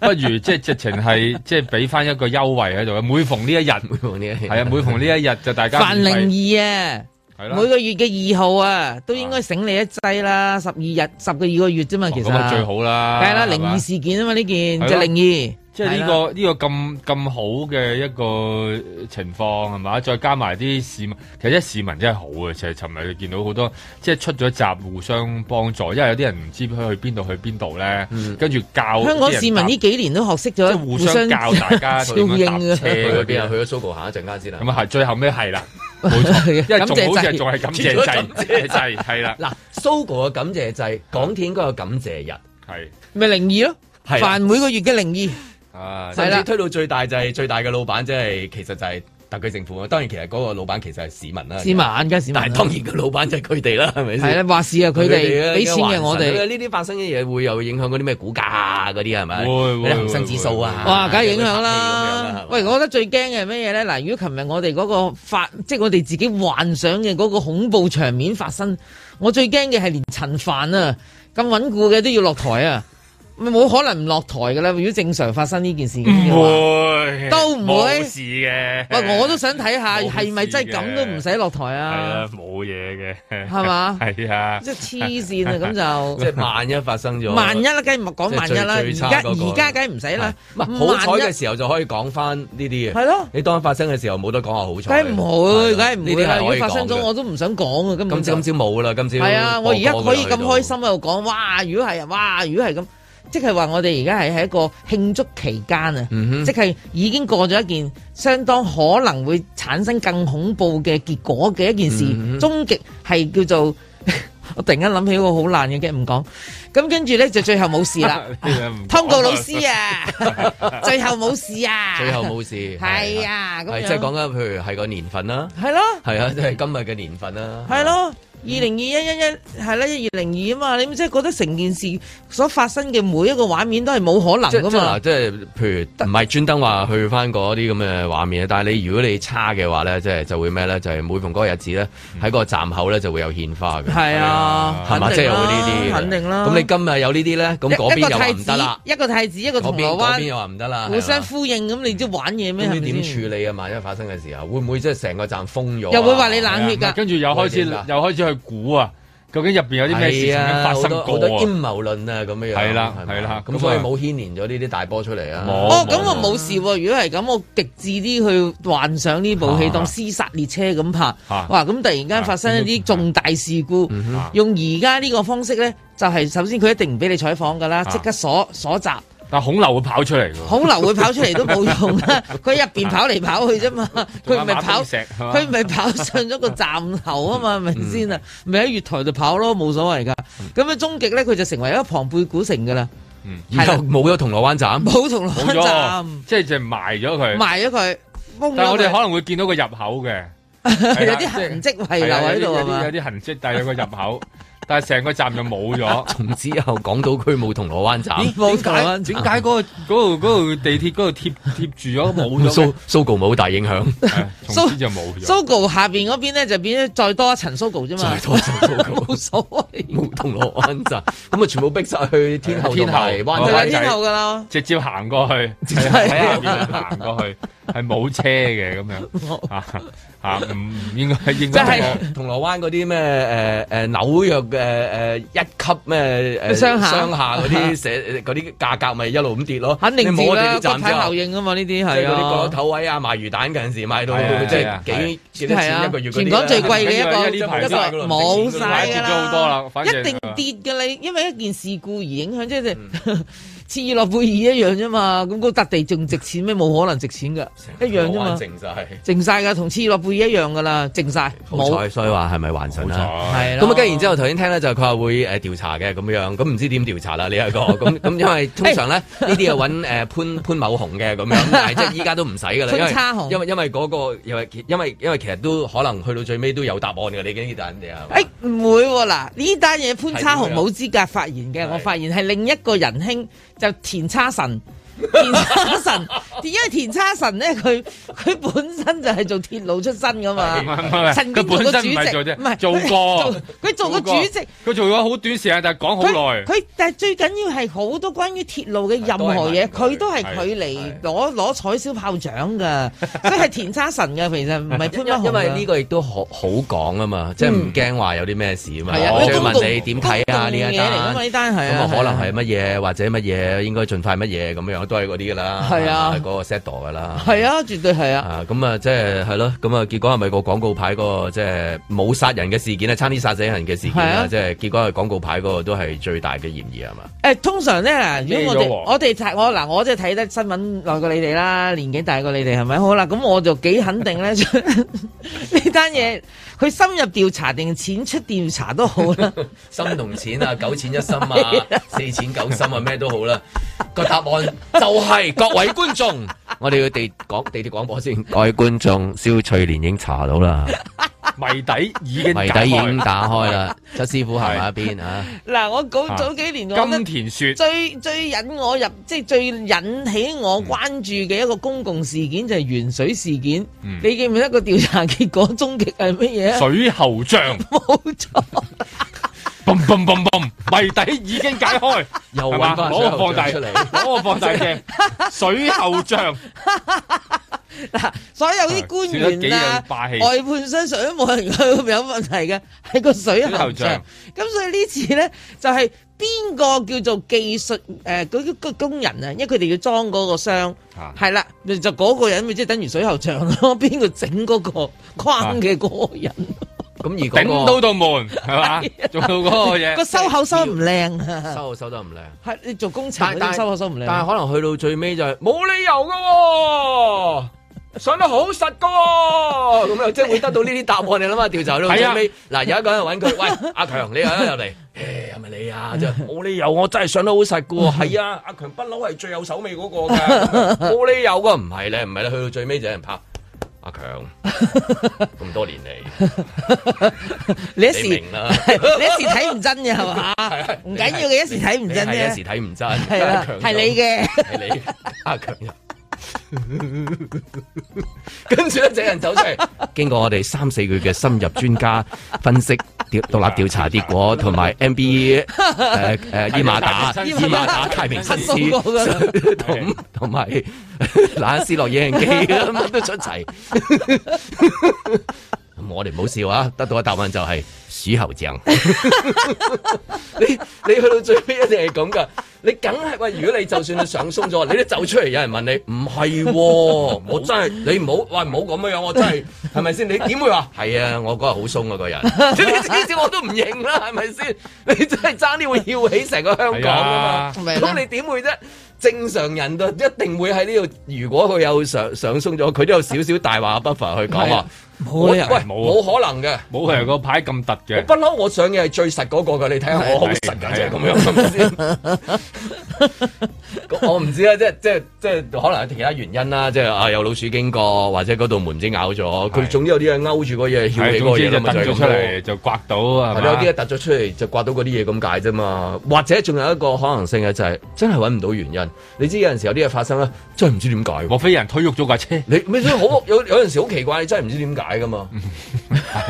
S6: 不如即係直情係即係俾翻一個優惠喺度？每逢呢 一日係
S2: 呢一
S6: 啊， 每逢呢一日就大家
S4: 凡
S6: 免費
S4: 零二啊！
S6: 係啦
S4: 每個月嘅二號啊，都應該醒你一劑啦，十二日十個二個月啫嘛，其實
S6: 咁啊最好啦，
S4: 梗係啦，
S6: 係
S4: 零
S6: 嘛
S4: 二事件啊嘛，呢件
S6: 係
S4: 就
S6: 咯
S4: 零二，
S6: 即係呢
S4: 係啦
S6: 個呢個咁咁好嘅一個情況係嘛？再加埋啲市民，其實啲市民真係好嘅。其實尋日見到好多即係出咗閘互相幫助，因為有啲人唔知佢去邊度去邊度咧，跟住教
S4: 香港市民呢
S6: 呢
S4: 幾年都學識
S6: 即
S4: 咗
S6: 係互相教大家
S4: 照
S6: 點樣搭
S4: 應啊
S6: 車
S2: 去
S6: 嗰
S2: 邊
S6: 邊
S2: 啊？
S6: 啊
S2: 去。咗 Sogo 行一陣間先啦。
S6: 咁啊係，最後尾係啦，冇錯，因為
S4: 感謝
S6: 仲好似係
S4: 祭
S6: 仲係感 謝祭，感謝祭係啦，
S2: 嗱，Sogo 嘅感謝祭，港鐵應該有感謝日，
S6: 係
S4: 咪零二咯，
S2: 係啦
S4: 凡每個月嘅零二。
S6: 啊，
S2: 甚
S4: 係
S2: 至
S4: 啦
S2: 推到最大就係最大嘅老闆，即係其實就係特區政府啊。當然其實嗰個老闆其實係市民啦，
S4: 市民嘅市民，
S2: 啊
S4: 啊
S2: 但係當然個老闆就係佢哋啦，係咪
S4: 係
S2: 先
S4: 啦，？話事啊，佢哋
S2: 啊
S4: 俾錢嘅我
S2: 因為
S4: 哋，
S2: 呢啲發生嘅嘢會有影響嗰啲咩股價嗰啲係咪？
S6: 會會
S2: 嗰啲恒生指數啊，
S4: 哇，梗係影響
S2: 嗰啲拍戲咁樣
S4: 啦
S2: 係。咪
S4: 喂，我覺得最驚嘅係乜嘢咧？嗱，如果琴日我哋嗰個發，即係我哋自己幻想嘅嗰個恐怖場面發生，我最驚嘅係連陳凡啊咁穩固嘅都要落台啊，咪冇可能唔落台噶啦。如果正常發生呢件
S2: 嗯
S4: 事嘅
S6: 唔
S4: 話，
S6: 會
S4: 都唔會
S6: 冇事嘅。
S4: 喂，我都想睇下
S6: 冇事
S4: 係咪真係咁都唔使落台
S6: 係啊
S4: 啊？，
S6: 冇嘢嘅，
S4: 係嘛
S6: 係啊，。
S4: 即係黐線啊，咁
S2: 即
S4: 就
S2: 係。萬一發生咗，
S4: 萬一啊啦，梗係唔講萬一
S2: 即係最
S4: 啦，而
S2: 最差
S4: 家
S2: 嗰個
S4: 而家梗係唔使啦。
S2: 唔係好彩
S4: 萬一
S2: 嘅時候就可以講翻呢啲
S4: 係
S2: 嘅。
S4: 咯，
S2: 你當發生嘅時候冇得講話好
S4: 梗
S2: 彩，
S4: 係唔會，梗係唔會
S2: 呢啲
S4: 啦。
S2: 係
S4: 如
S2: 可
S4: 果
S2: 以
S4: 發生
S2: 講
S4: 咗，
S2: 嘅
S4: 我都唔想講啊。根
S2: 今
S4: 本
S2: 朝今朝冇啦，今朝
S4: 係啊，我而家
S2: 播歌
S4: 可以
S2: 㗎啦
S4: 咁開心。喺度講，哇！如果係，哇！如果係咁，即係話我哋而家係喺一個慶祝期間啊，
S2: 嗯
S4: 即係已經過咗一件相當可能會產生更恐怖嘅結果嘅一件事，
S2: 嗯
S4: 終極係叫做。 我突然間諗起一個好爛嘅 g 唔講，咁跟住咧就最後冇事
S3: 啊
S4: 啦
S6: 呢樣唔講
S4: 通告老師啊，最後冇事啊，
S2: 最後冇事，
S4: 係啊咁
S2: 係
S4: 樣
S2: 即係講緊，譬如係個年份啦，
S4: 係咯，
S2: 係啊，即係今日嘅年份啦，
S4: 係咯，二零二一一一係啦，二零二啊嘛，你即係覺得成件事所發生嘅每一個畫面都係冇可
S2: 即
S4: 能噶
S2: 即
S4: 嘛
S2: 嗱，？啊即係譬如唔係專登話去翻嗰啲咁嘅畫面，啊但係你如果你差嘅話咧，即係就會咩咧？就係、每逢嗰個日子咧，喺個站口咧就會有獻花嘅。
S4: 嗯係啊
S2: 係嘛？
S4: 肯
S2: 即係
S4: 定
S2: 有
S4: 啦
S2: 呢啲嘅。
S4: 肯定啦
S2: 咁你今日有呢啲咧，咁嗰
S4: 一一個
S2: 邊又話
S4: 太
S2: 唔得啦
S4: 子，。一個太子，一個
S2: 嗰
S4: 銅
S2: 邊
S4: 鑼
S2: 嗰邊又
S4: 灣，
S2: 話唔得啦。
S4: 互
S2: 係
S4: 相
S2: 嘛
S4: 呼應咁，你都玩嘢咩？
S2: 咁
S4: 係
S2: 你
S4: 咪
S2: 點
S4: 先？
S2: 處理啊？萬一發生嘅時候，會唔會即係成個站封咗啊？
S4: 又會話你冷血
S2: 係啊
S4: 㗎
S3: 跟住又開始
S2: 會點㗎
S3: 又開始去估啊，究竟入邊有啲咩事情
S2: 係啊
S3: 發生過
S2: 好多
S3: 啊
S2: 好多陰謀論啊，咁樣樣
S3: 係啦
S2: 係咪
S3: 係啦
S2: 咁所
S3: 咁
S2: 以
S3: 啊
S2: 冇牽連咗呢啲大波出嚟啊。
S4: 哦，咁我冇事喎。如果係咁，我極致啲去幻想呢部戲當屍殺列車咁拍，
S2: 啊
S4: 哇！咁突然間發生一啲重大事故
S3: 啊
S2: 哼，
S4: 用而家呢個方式咧，就係首先佢一定唔俾你採訪噶
S3: 啊
S4: 啦，即刻鎖鎖閘。
S3: 但孔劉會跑出嚟㗎喎，
S4: 孔流會跑出嚟都冇用 啦，佢喺入邊跑嚟跑去啫嘛，佢唔係跑，
S3: 仲有馬東石係嘛嗯
S4: 佢唔係跑上咗個站頭啊嘛，係咪先啊？咪喺月台度跑咯，冇所謂噶。咁啊，終極咧佢就成為一個龐貝古城噶啦，
S2: 以後冇咗銅鑼灣站，
S4: 冇銅鑼灣站
S3: 冇咗，即係就埋咗佢。
S4: 埋咗佢，封
S3: 但係
S4: 咗
S3: 我哋可
S4: 佢，
S3: 能會見到個入口嘅， 啊
S4: 有啲痕跡遺留喺度
S3: 係
S4: 啊
S3: 啊
S4: 嘛
S3: 有啲有啲有。啲痕跡，但係有個入口， 但係成個站就冇咗。
S2: 從此以後港島區冇銅鑼灣站，啊
S3: 咦點
S4: 啊
S3: 解點解嗰個嗰度嗰度地鐵嗰度貼貼住咗冇咗嘅
S2: 蘇？蘇告冇好大影響，
S3: 從此就冇咗。
S4: Sogo 下邊嗰邊咧就變咗再多一層 Sogo 啫嘛， 冇所 謂，
S2: 冇銅鑼灣站，咁啊全部逼晒去天后同埋灣
S4: 就
S2: 仔
S4: 係天后噶啦。
S3: 直接行過 去，係喺下邊行過去，係冇車嘅咁樣啊啊！唔唔應該
S4: 哦
S3: 應
S2: 即
S3: 該
S2: 係 銅鑼灣嗰啲咩誒誒紐約嘅誒誒一級咩誒
S4: 商廈
S2: 商廈嗰啲寫嗰啲價格咪一路咁跌咯，
S4: 肯定
S2: 你
S4: 知
S2: 冇我
S4: 啦，
S2: 哋啲
S4: 個
S2: 站
S4: 體
S2: 之後
S4: 效應啊嘛，呢啲
S2: 即係
S4: 係
S2: 嗰啲角落
S4: 啊。
S2: 頭位啊，賣魚蛋嗰陣時賣到
S3: 係啊
S2: 即
S3: 係啊
S2: 係幾幾多
S4: 係
S2: 錢
S4: 啊
S2: 一個月嗰啲
S4: 全
S2: 咧？
S4: 港最貴嘅一
S3: 因為
S4: 個
S3: 呢排
S4: 一
S3: 真
S4: 個
S3: 係
S4: 冇晒
S3: 跌
S4: 㗎
S3: 咗好多啦反
S2: 啊
S3: 正
S4: 一定跌㗎你，因為一件事故而影響，即係
S2: 嗯
S4: 切爾諾貝爾一樣啫嘛。咁嗰笪地仲值錢咩？冇可能值錢㗎，一樣啫嘛。
S2: 淨晒
S4: 淨晒㗎，同切爾諾貝爾一樣㗎啦，淨晒
S2: 好彩，
S4: 冇。
S2: 所以話係咪還神啦？
S4: 係啦
S2: 咁啊，跟住然之後頭先聽咧就係佢話會誒調查嘅咁樣，咁唔知點調查啦呢一個咁咁，因為 通常咧呢啲啊揾誒潘 潘某雄嘅咁樣，但係即係依家都唔使噶啦，因
S4: 潘叉
S2: 為
S4: 雄
S2: 因為因為嗰個因為因為因為其實都可能去到最尾都有答案嘅，你見呢單嘢啊係嘛
S4: 誒哎唔會喎嗱，呢單嘢潘叉
S2: 係
S4: 紅
S2: 點樣
S4: 冇資格發言嘅，我發現係另一個仁兄就田 叉神。田叉神，因為田叉神咧，佢佢本身就係做鐵路出身噶嘛
S3: 唔係唔係，
S6: 哎
S4: 曾
S3: 佢
S4: 經做過
S3: 本
S4: 主
S3: 身唔係
S4: 席，
S3: 做啫，
S4: 唔係
S3: 做過，
S4: 佢 做過主席，
S3: 佢做咗好短時間，但係講好
S4: 佢
S3: 耐。
S4: 佢但係最緊要係好多關於鐵路嘅任何嘢，
S3: 都係問佢
S4: 佢都係佢嚟攞攞彩燒炮仗噶，所以係田叉神噶，其實唔係潘
S2: 因因
S4: 乜
S2: 為
S4: 雄啊㗎
S2: 呢個亦都好好講啊嘛，即係唔驚話有啲咩事啊嘛。
S4: 係啊
S2: 我
S4: 因為
S2: 最
S4: 公共
S2: 問你點睇啊呢一
S4: 公共嘢嚟㗎嘛呢單係啊
S2: 咁啊可能係乜嘢或者乜嘢應該盡快乜嘢咁樣都係嗰啲㗎啦。
S4: 係啊
S2: 嗰個 set 㗎啦。
S4: 係啊，絕對係啊，
S2: 啊，咁啊，即係係咯，咁啊，結果係咪個廣告牌嗰個即係冇殺人嘅事件咧，啊差啲殺死人嘅事件
S4: 係
S2: 啊，
S4: 啊
S2: 即係結果係廣告牌嗰個都係最大嘅嫌疑係嘛？
S4: 誒通常咧嗱，如果
S2: 咩
S4: 我
S2: 咗喎
S4: 哋我哋睇我嗱，我即係睇得新聞耐過你哋啦，年紀大過你哋係咪？好啦，咁我就幾肯定咧， 呢單
S2: 啊
S4: 嘢佢深入調查定淺出調查都好 啦。
S2: 心同錢啊， 九錢一 心啊，四錢九心啊，咩都好啦。個答案就係各位觀 眾，我哋要地講地鐵廣播先。各位觀眾，蕭翠蓮已經查到啦，
S3: 謎底已經
S2: 謎底已經打 開啦。周師傅行埋一邊啊，
S4: 嗱，我早
S2: 啊
S4: 早幾年我覺得
S3: 金田雪
S4: 最最引我入，即係最引起我關注嘅一個公共事件就係元水事件。
S3: 嗯
S4: 你記唔記得個調查結果終極係乜嘢 啊？
S3: 水喉 匠
S4: 冇錯，
S3: 嘣嘣嘣嘣，謎底已經解開，
S2: 又
S3: 係
S2: 揾翻
S3: 攞個放大
S2: 水喉匠出嚟
S3: 攞個放大鏡，水喉匠
S4: 所有啲官員
S3: 少咗
S4: 啊
S3: 幾樣霸氣、
S4: 外判商上都冇人佢有問題嘅，係個水喉
S3: 水喉
S4: 匠。咁所以呢次咧就係、邊個叫做技術誒嗰啲個工人啊？因為佢哋要裝嗰個箱，係啦、就嗰個人咪即係等於水喉匠咯。 邊個整嗰個框嘅嗰個人？
S2: 咁而嗰個
S3: 頂到道 門係嘛？做到嗰個嘢
S4: 個收口收唔靚啊！
S2: 收口收得唔靚。
S4: 係你做工程嗰啲收口收唔靚，啊
S2: 但係可能去到最尾就係冇理由噶、上得好實噶、咁樣即係會得到呢啲答案。你諗下調查到
S3: 係
S2: 最
S3: 啊
S2: 尾，嗱有一個人揾佢，喂阿強，你又一入嚟， 誒係咪你 啊？即係冇理由，我真係上得好實噶喎。係啊，阿 強不嬲係最有手尾嗰個㗎，冇理由噶，唔係咧，唔係咧，去到最尾就有人拍。阿 強咁多年嚟，
S4: 你一時
S2: 明啦
S4: 你一時睇唔真嘅係嘛
S2: 係係
S4: 唔緊要嘅一時睇唔真啫
S2: 你係一時睇唔真，
S4: 係啦
S2: 阿強就
S4: 係你嘅
S2: 係你阿強就。 跟住咧，整人走出嚟，經過我哋三四個月嘅深入專家 分析、調獨立調查結果，同埋 MBE 誒誒伊馬打伊馬打太平紳 士，同同埋 那斯洛野人記乜都出齊。咁我哋唔好笑啊！得到嘅答案就係鼠猴醬。你去到最尾一定係咁噶，你梗係喂，如果你就算你上鬆咗，你都走出嚟，有人問你唔係喎，我真係你唔好喂唔好咁樣樣，我真係係咪先？你點會話係啊？我嗰日好鬆啊，個人， 你知我都唔認啦，係咪先？你真係爭啲會要起成個香港啊嘛，
S4: 係啊
S2: 咁你點會啫？正常人都一定會喺呢度，如果佢有上上鬆咗，佢都有少少大話 buffer 去講
S6: 係
S2: 話
S6: 啊，冇理由
S2: 喂
S6: 冇啊
S2: 冇可能嘅，
S6: 冇理由個牌咁突嘅
S2: 我不嬲，我上嘅係最實嗰個㗎，你睇下我好實㗎，即係咁樣。 我唔知啊啦，即係即係即係可能有其他原因啦，即係啊有老鼠經過，或者嗰度門唔知咬咗，佢總之有啲嘢勾住嗰嘢，翹起
S6: 係
S2: 嗰個
S6: 總
S2: 嘢
S6: 之就
S2: 咁
S6: 掟
S2: 啊就係
S6: 咗
S2: 咁
S6: 出嚟
S2: 咯
S6: 就刮到
S2: 係
S6: 係咪？
S2: 啊
S4: 啊
S2: 咯，有啲嘢突咗出嚟就刮到嗰啲嘢咁解啫嘛。或者仲有一個可能性嘅就係真係揾唔到原因。你知有陣時有啲嘢發生咧，真係唔知點解。莫
S6: 非有人推喐咗 架車？
S2: 你咩都好有有陣時好奇怪，你真係唔知點解噶 嘛。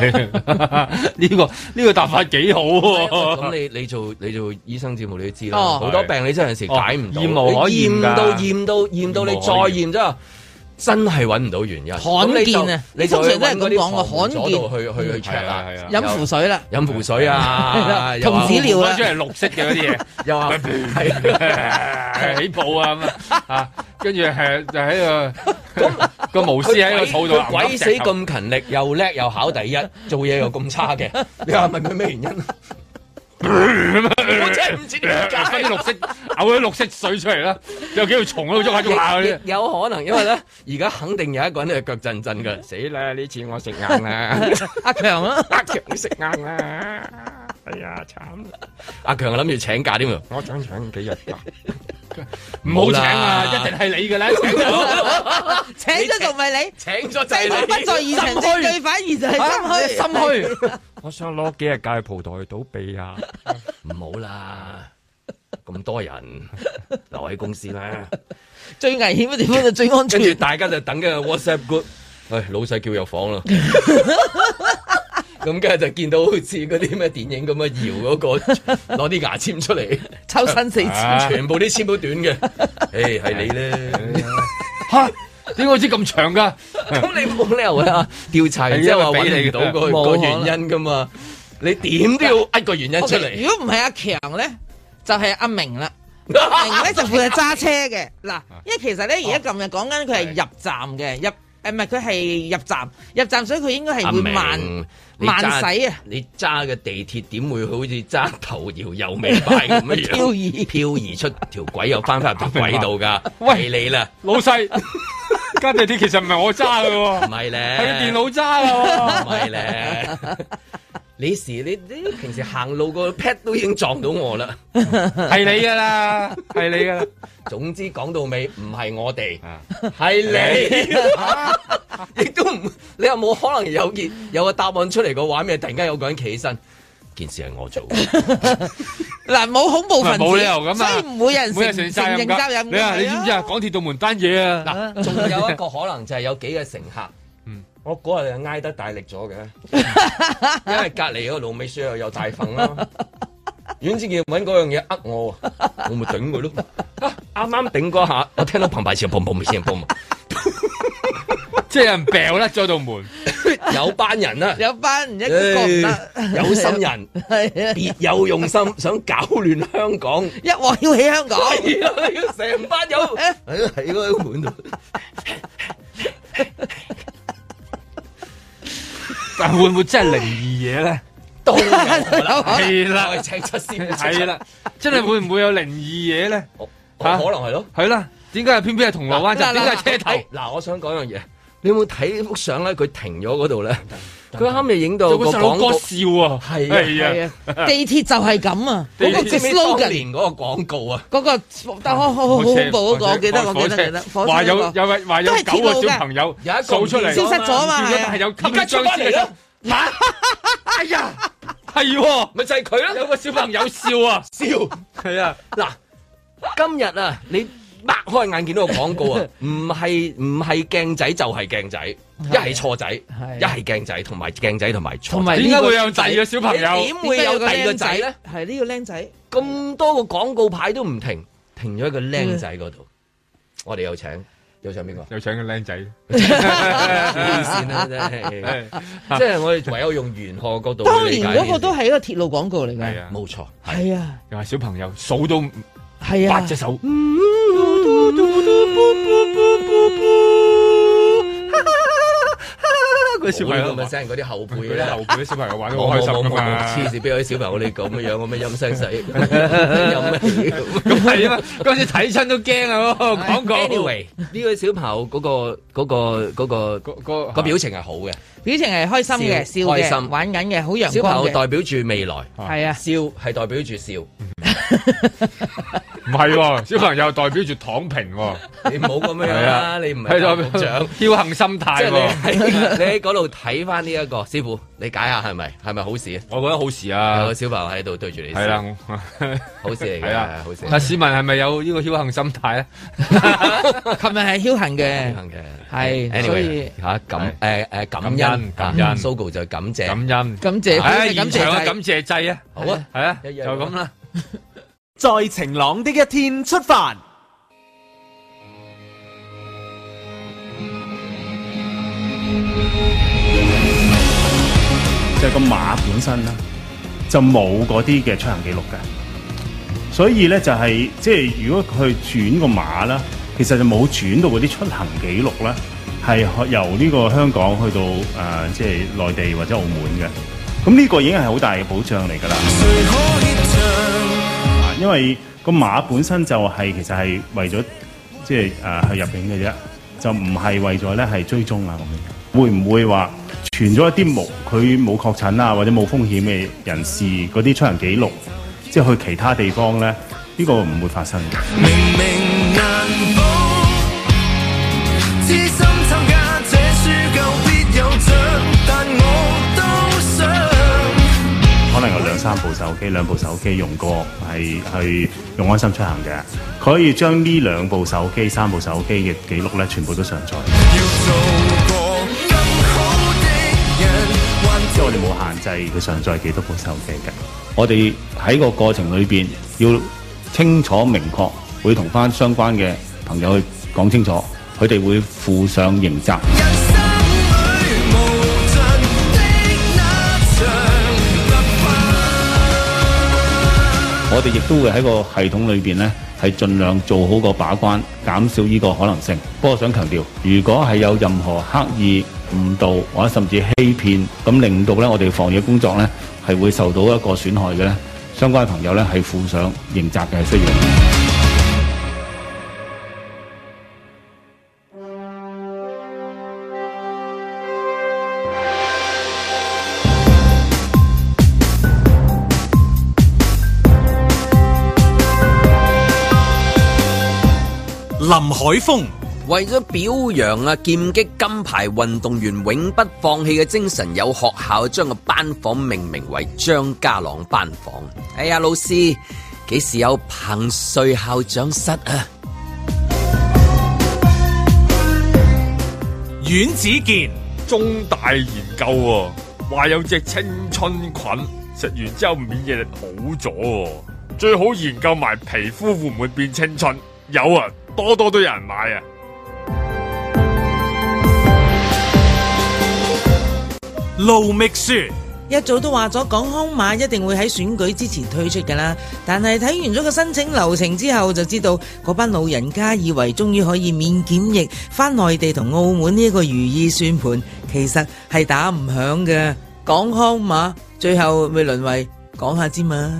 S6: 呢個呢個答法幾好喎！
S4: 哦
S2: 咁你你做你做醫生節目你都知啦，
S6: 哦
S2: 好多病你真係有陣時解唔到，
S6: 哦驗無可
S2: 你
S6: 驗㗎
S2: 到驗到驗到你
S6: 驗
S2: 再
S6: 無可驗
S2: 驗啫。真係揾唔到原因，
S4: 罕見啊
S2: 咁你就
S4: 通常都係咁講喎
S2: 你就去揾嗰啲防護
S4: 啊罕見
S2: 咗度去去去 check 啦
S4: 係啊，係啊飲符水啦
S2: 飲符水
S6: 係啦
S2: 啊， 又話
S4: 童子尿啦
S6: 出嚟綠色嘅嗰 啲嘢，
S2: 又話
S6: 係起泡啊咁啊啊，跟住係就喺個 個巫師喺個肚度
S2: 佢鬼死咁勤力，又叻又考第一， 做嘢又咁差嘅，你話問佢咩原因？
S6: 我
S2: 真係唔 知點解
S6: 分啲綠色嘔啲綠色水出嚟啦，有幾條蟲喺度喐下喐下嗰啲。
S2: 亦有可能，因為咧，而家肯定有一個人係腳震震 嘅，死啦！呢次我食硬啦，
S4: 阿強啊，
S2: 阿強你食硬啦，哎呀慘！阿強諗住請假添喎，啊我想請幾日假，
S6: 唔好請啊，一定係你嘅啦，請咗
S4: 請咗仲唔係你？
S2: 請咗
S4: 制度不在現場證據，反而就係心虛。
S6: 心
S4: 虛。
S6: 我想攞幾日假去蒲台倒避啊！
S2: 唔好啦，咁多人留喺公司啦，
S4: 最危險嘅地方就最安
S2: 跟住
S4: 全。
S2: 大家就等緊個 WhatsApp group，喂老細叫入房啦。咁跟住就見到好似嗰啲咩電影咁啊，搖嗰個攞啲牙籤出嚟，
S4: 抽身四
S6: 次
S2: 全部啲籤都短 嘅。誒係你咧，
S6: 嚇，點解知咁長㗎？
S4: 啊
S2: 咁你冇理由啦，調查完之後話揾唔到個
S4: 啊
S2: 個原因噶嘛，你點都要呃個原因出
S4: OK，
S2: 嚟。
S4: 如果唔係阿強咧，就係、阿明啦。阿明咧就負責揸車嘅。嗱，因為其實咧而家近日講緊佢係入站嘅，入誒唔係佢係入站，入站所以佢應該係會 慢
S2: 你
S4: 慢
S2: 揸
S4: 駛啊。！
S2: 哎你揸嘅地鐵點會好似揸頭搖右尾擺咁樣 樣
S4: 漂
S2: 移漂移出條軌又翻返入條軌度㗎？
S6: 喂
S2: 係你啦，
S6: 老細，架地鐵其實唔係我揸嘅喎，
S2: 唔係咧，
S6: 係個電腦揸 啦
S2: 唔係咧。你時你你平時行路個 pad 都已經撞到我啦，
S6: 係你㗎啦，係你㗎啦。
S2: 總之講到尾唔係我哋，
S6: 啊
S2: 係 你，亦都唔你又冇可能有件有個答案出嚟個畫面，突然間有個人企起身，件事係我做。
S4: 嗱，冇恐怖分子，
S6: 冇理由咁啊！
S4: 所以唔會有人
S6: 冇
S4: 承承認
S6: 㗎
S4: 責任㗎
S6: 你啊，你
S4: 係
S6: 知
S4: 啊
S6: 唔知啊？港鐵道門單嘢啊！
S2: 嗱，仲有一個可能就係有幾個乘客，
S6: 嗯
S2: 我嗰日挨得大力咗嘅， 因為隔離嗰個老尾衰又有大份啦。阮志健揾嗰樣嘢呃我喎，我咪頂佢咯。 啊啱啱頂嗰下，我聽到砰砰聲，砰砰聲，砰砰。
S6: 即係有人掉甩咗道門，
S2: 有班人 啊，
S4: 有班人一個唔得，
S2: 唉有心人，別有用心，想搞亂香 港。
S4: 一鑊要起香港，
S2: 係啊你要成班友喺喺嗰個門度。
S6: 但會唔會真係靈異嘢咧？
S2: 都有
S4: 啦
S6: 係啦
S2: 我哋請出先，
S6: 係啦，真係會唔會有靈異嘢咧？
S2: 可能係咯，
S6: 係啦。點解係偏偏係銅鑼灣就
S2: 嗱
S6: 點解係車頭？
S2: 哦嗱，我想講樣嘢，你有冇睇幅相咧？佢停咗嗰度咧，佢啱咪影到
S6: 有
S2: 個
S6: 個細
S2: 廣告
S6: 路哥笑啊，
S2: 係啊係啊，
S4: 地鐵就係咁啊，嗰個
S2: 你知唔知當
S4: slogan，
S2: 年嗰個廣告啊，
S4: 嗰個但好好好
S2: 火
S4: 恐
S2: 車
S4: 怖嗰個，
S2: 火車
S4: 我記得我記
S2: 火
S4: 得
S2: 車
S4: 記得，火車
S6: 話有
S4: 嗰個
S6: 有話有
S4: 都係
S6: 九
S4: 鐵路
S6: 個
S4: 嘅
S6: 小朋友
S2: 有一個
S6: 數出嚟，
S4: 消失咗啊嘛
S6: 唔見
S4: 係啊
S6: 但
S2: 而
S6: 係有
S2: 家出翻嚟啦，嗱， 哎呀，
S6: 係喎，
S2: 咪就係佢啦，
S6: 有個小朋友笑啊，
S2: 笑
S6: 係啊，
S2: 嗱，今日啊，你擘開眼見到個廣告 啊，唔係唔係鏡仔就係鏡仔，一係錯仔，一係鏡仔，同埋鏡仔同埋錯仔。
S6: 點解會有第二個小朋友？
S2: 點會有第二個仔咧？
S4: 係呢個僆仔
S2: 咁多個廣告牌都唔停，停咗一個僆仔嗰度。我哋有請，有請邊個？
S6: 有請個僆仔。
S2: 黐線啦，真係，即係我哋唯有用玄學角度
S4: 當
S2: 去理
S4: 年
S2: 解
S4: 嗰個
S2: 呢件事
S4: 都係一個鐵路廣告嚟㗎，
S2: 冇錯，
S4: 係啊，
S6: 又係小朋友數到
S4: 係啊，
S6: 八隻手，
S2: 嗰
S6: 小朋友
S2: 咪聲，嗰啲後輩
S6: 嗰啲後輩啲小朋友玩得好開心㗎嘛
S2: 黐線，俾啲小朋友你咁嘅樣，咁咩陰聲細，有咩
S6: 咁係啊嘛，嗰陣時睇親都驚啊！嗰個廣告
S2: Anyway，呢個小朋友嗰個嗰個嗰個
S6: 個
S2: 個表情係好嘅，
S4: 表情係開心嘅，
S2: 笑
S4: 笑
S2: 開
S4: 嘅，
S2: 心
S4: 玩緊嘅，好陽
S2: 小朋
S4: 光
S2: 友代
S4: 嘅，
S2: 表住未來，
S4: 係啊
S2: 笑係代表住 笑。
S6: 唔係喎，小朋友代表住躺平喎，
S2: 你唔好咁樣啦
S6: 係啊
S2: 你唔係
S6: 係代
S2: 局長
S6: 表僥幸心
S2: 即
S6: 態
S2: 係你喺
S6: 喎。
S2: 你喺嗰度睇翻呢一個師傅，你解下係咪係咪好事啊？
S6: 我覺得好事啊
S2: 有個小朋友喺度對住你笑，
S6: 係啦，我
S2: 好事嚟嘅
S6: 係啦，
S2: 好事
S6: 但市民係咪有呢個僥幸心態咧？
S4: 琴日係僥幸嘅，
S2: 係
S4: 係，所以
S2: anyway 嚇感誒誒感恩
S6: 感恩
S2: 啊，Sogo 就係感謝
S6: 感恩
S4: 感謝
S6: 唉，
S4: 感謝
S6: 現場嘅
S4: 祭
S6: 感謝祭啊！
S16: 好啊
S6: 係啊，就
S16: 一樣
S6: 咁啦。
S16: 在晴朗的一天出發。
S14: 就係個馬本身啦，就冇嗰啲嘅出行記錄嘅，所以咧就係、即係如果佢轉個馬啦，其實就冇轉到嗰啲出行記錄啦，係由呢個香港去到誒、呃即係內地或者澳門嘅，咁呢個已經係好大嘅保障嚟㗎啦。啊因為個馬本身就係、其實係為咗即係誒去入境嘅啫，就唔係為咗咧係追蹤啊咁樣。會唔會話傳咗一啲冇佢冇確診啊或者冇風險嘅人士嗰啲出行記錄，即係去其他地方咧？呢、個唔會發生嘅。
S17: 知心參加這輸夠必有獎，但我都想。
S14: 可能有兩三部手機、兩部手機用過，係去用安心出行嘅。佢可以將呢兩部手機、三部手機嘅記錄咧，全部都上載。即係我哋冇限制佢上載幾多部手機嘅。
S10: 我哋喺個過程裏邊要清楚明確，會同翻相關嘅朋友去講清楚，佢哋會負上刑責。我哋亦都會喺個系統裏邊呢，係盡量做好個把關，減少呢個可能性。不過想強調，如果係有任何刻意誤導或者甚至欺騙，咁令到呢我哋防疫工作呢係會受到一個損害嘅呢，相關朋友呢係負上刑責嘅需要。
S2: 林海峰為咗表揚啊劍擊金牌運動員永不放棄嘅精神，有學校將個班房命名為張家朗班房。哎呀，老師，幾時有彭帥校長室啊？
S1: 阮子健
S18: 中大研究喎、話有隻青春菌食完之後免疫力好咗、喎。最好研究埋皮膚會唔會變青春。有啊，多多都有人買啊。
S1: 路觅雪，
S4: 一早都話咗港康碼一定會喺選舉之前推出㗎啦，但係睇完咗個申請流程之後，就知道嗰班老人家以為終於可以免檢疫翻內地同澳門呢一個如意算盤，其實係打唔響嘅。港康碼最後咪淪為講下之嘛。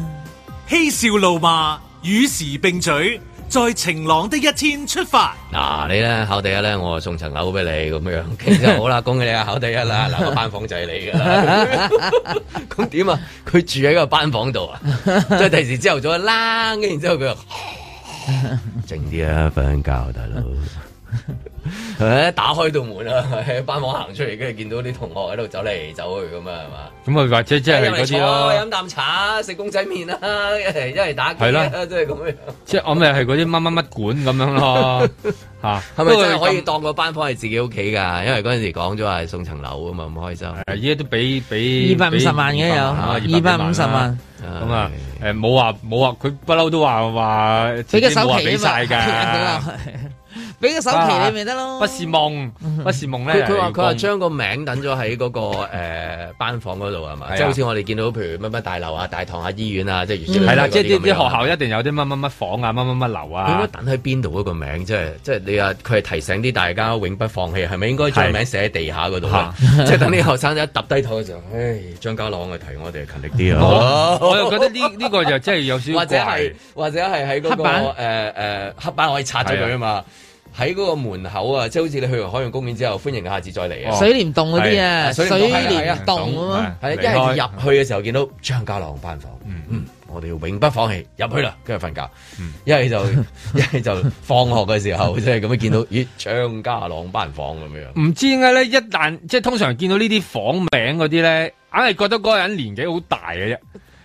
S1: 嬉笑怒罵，與時並舉，在晴朗的一天出發。
S2: 嗱，你咧考第一咧，我送層樓俾你咁樣，其實好啦，恭喜你啊，考第一 啦，嗱個班房就係你噶啦。 咁點啊？佢住喺個班房度 啊，即係第時朝頭早啦，跟住然之後佢話靜啲啊，瞓覺大佬。 係咪打開道門啊，喺班房行出嚟，跟住見到啲同學喺度走嚟走去咁啊，係嘛？
S6: 咁啊，或者即係嗰啲
S2: 哎入嚟坐啊
S6: 咯，
S2: 飲啖茶，食公仔麵啦，一係一係打機
S6: 係
S2: 啦，
S6: 啦
S2: 即係咁樣。
S6: 即係我咪係嗰啲乜乜乜館咁 樣咯，嚇
S2: 係咪
S6: 不過
S2: 真係可以
S6: 咁
S2: 當個班房係自己屋企㗎？因為嗰陣時講咗話送層樓啊嘛，咁開心。
S6: 依家都俾俾
S4: 250萬嘅有
S6: 二百五十
S4: 250萬
S6: 咁啊誒冇話冇話，佢不嬲都話話自己冇話
S2: 啊
S6: 俾晒 㗎。
S4: 俾個首期你咪得咯。
S6: 不是夢，不是夢
S2: 佢
S6: 咧。
S2: 佢話佢話
S6: 係
S2: 將個名等咗喺嗰個誒班房嗰度係嘛？
S6: 係啊
S2: 即係好似我哋見到譬如乜乜大樓啊、大堂啊、醫院啊，即
S4: 嗯
S2: 係如是
S6: 嗯係啦，
S2: 類嗰
S6: 即係啲啲
S2: 咁樣
S6: 學校一定有啲乜乜乜房啊，乜乜乜樓
S2: 佢應該
S6: 啊。
S2: 等喺邊度嗰個名，即係即係你話佢係提醒啲大家永不放棄，係咪應該將名寫喺地下嗰度啊
S6: 係
S2: 即係等啲後生仔一揼低頭嘅時候，唉，張家朗啊嘅提我哋勤力啲啊！
S6: 我我又覺得呢呢個就真係有少少
S2: 或者
S6: 怪
S2: 係。或者係喺嗰個
S6: 黑板
S2: 誒誒黑板可以拆咗佢啊嘛。喺嗰個門口啊，即係好似你去完海洋公園之後，歡迎下次再
S6: 哦
S2: 嚟啊！
S4: 水簾洞嗰啲啊
S2: 係洞係
S4: 水簾
S2: 係啊
S4: 洞啊嘛
S2: 係
S4: 離
S2: 一係
S4: 開
S2: 入去嘅時候見到張家朗班房，嗯我哋要永不放棄，入去啦，跟住瞓覺。
S6: 嗯
S2: 一係就 一係就放學嘅時候，即係咁樣見到，咦，張家朗班房咁樣。
S6: 唔知點解咧，一旦即係通常見到呢啲房名嗰啲咧，硬係覺得嗰個人年紀好大嘅啫。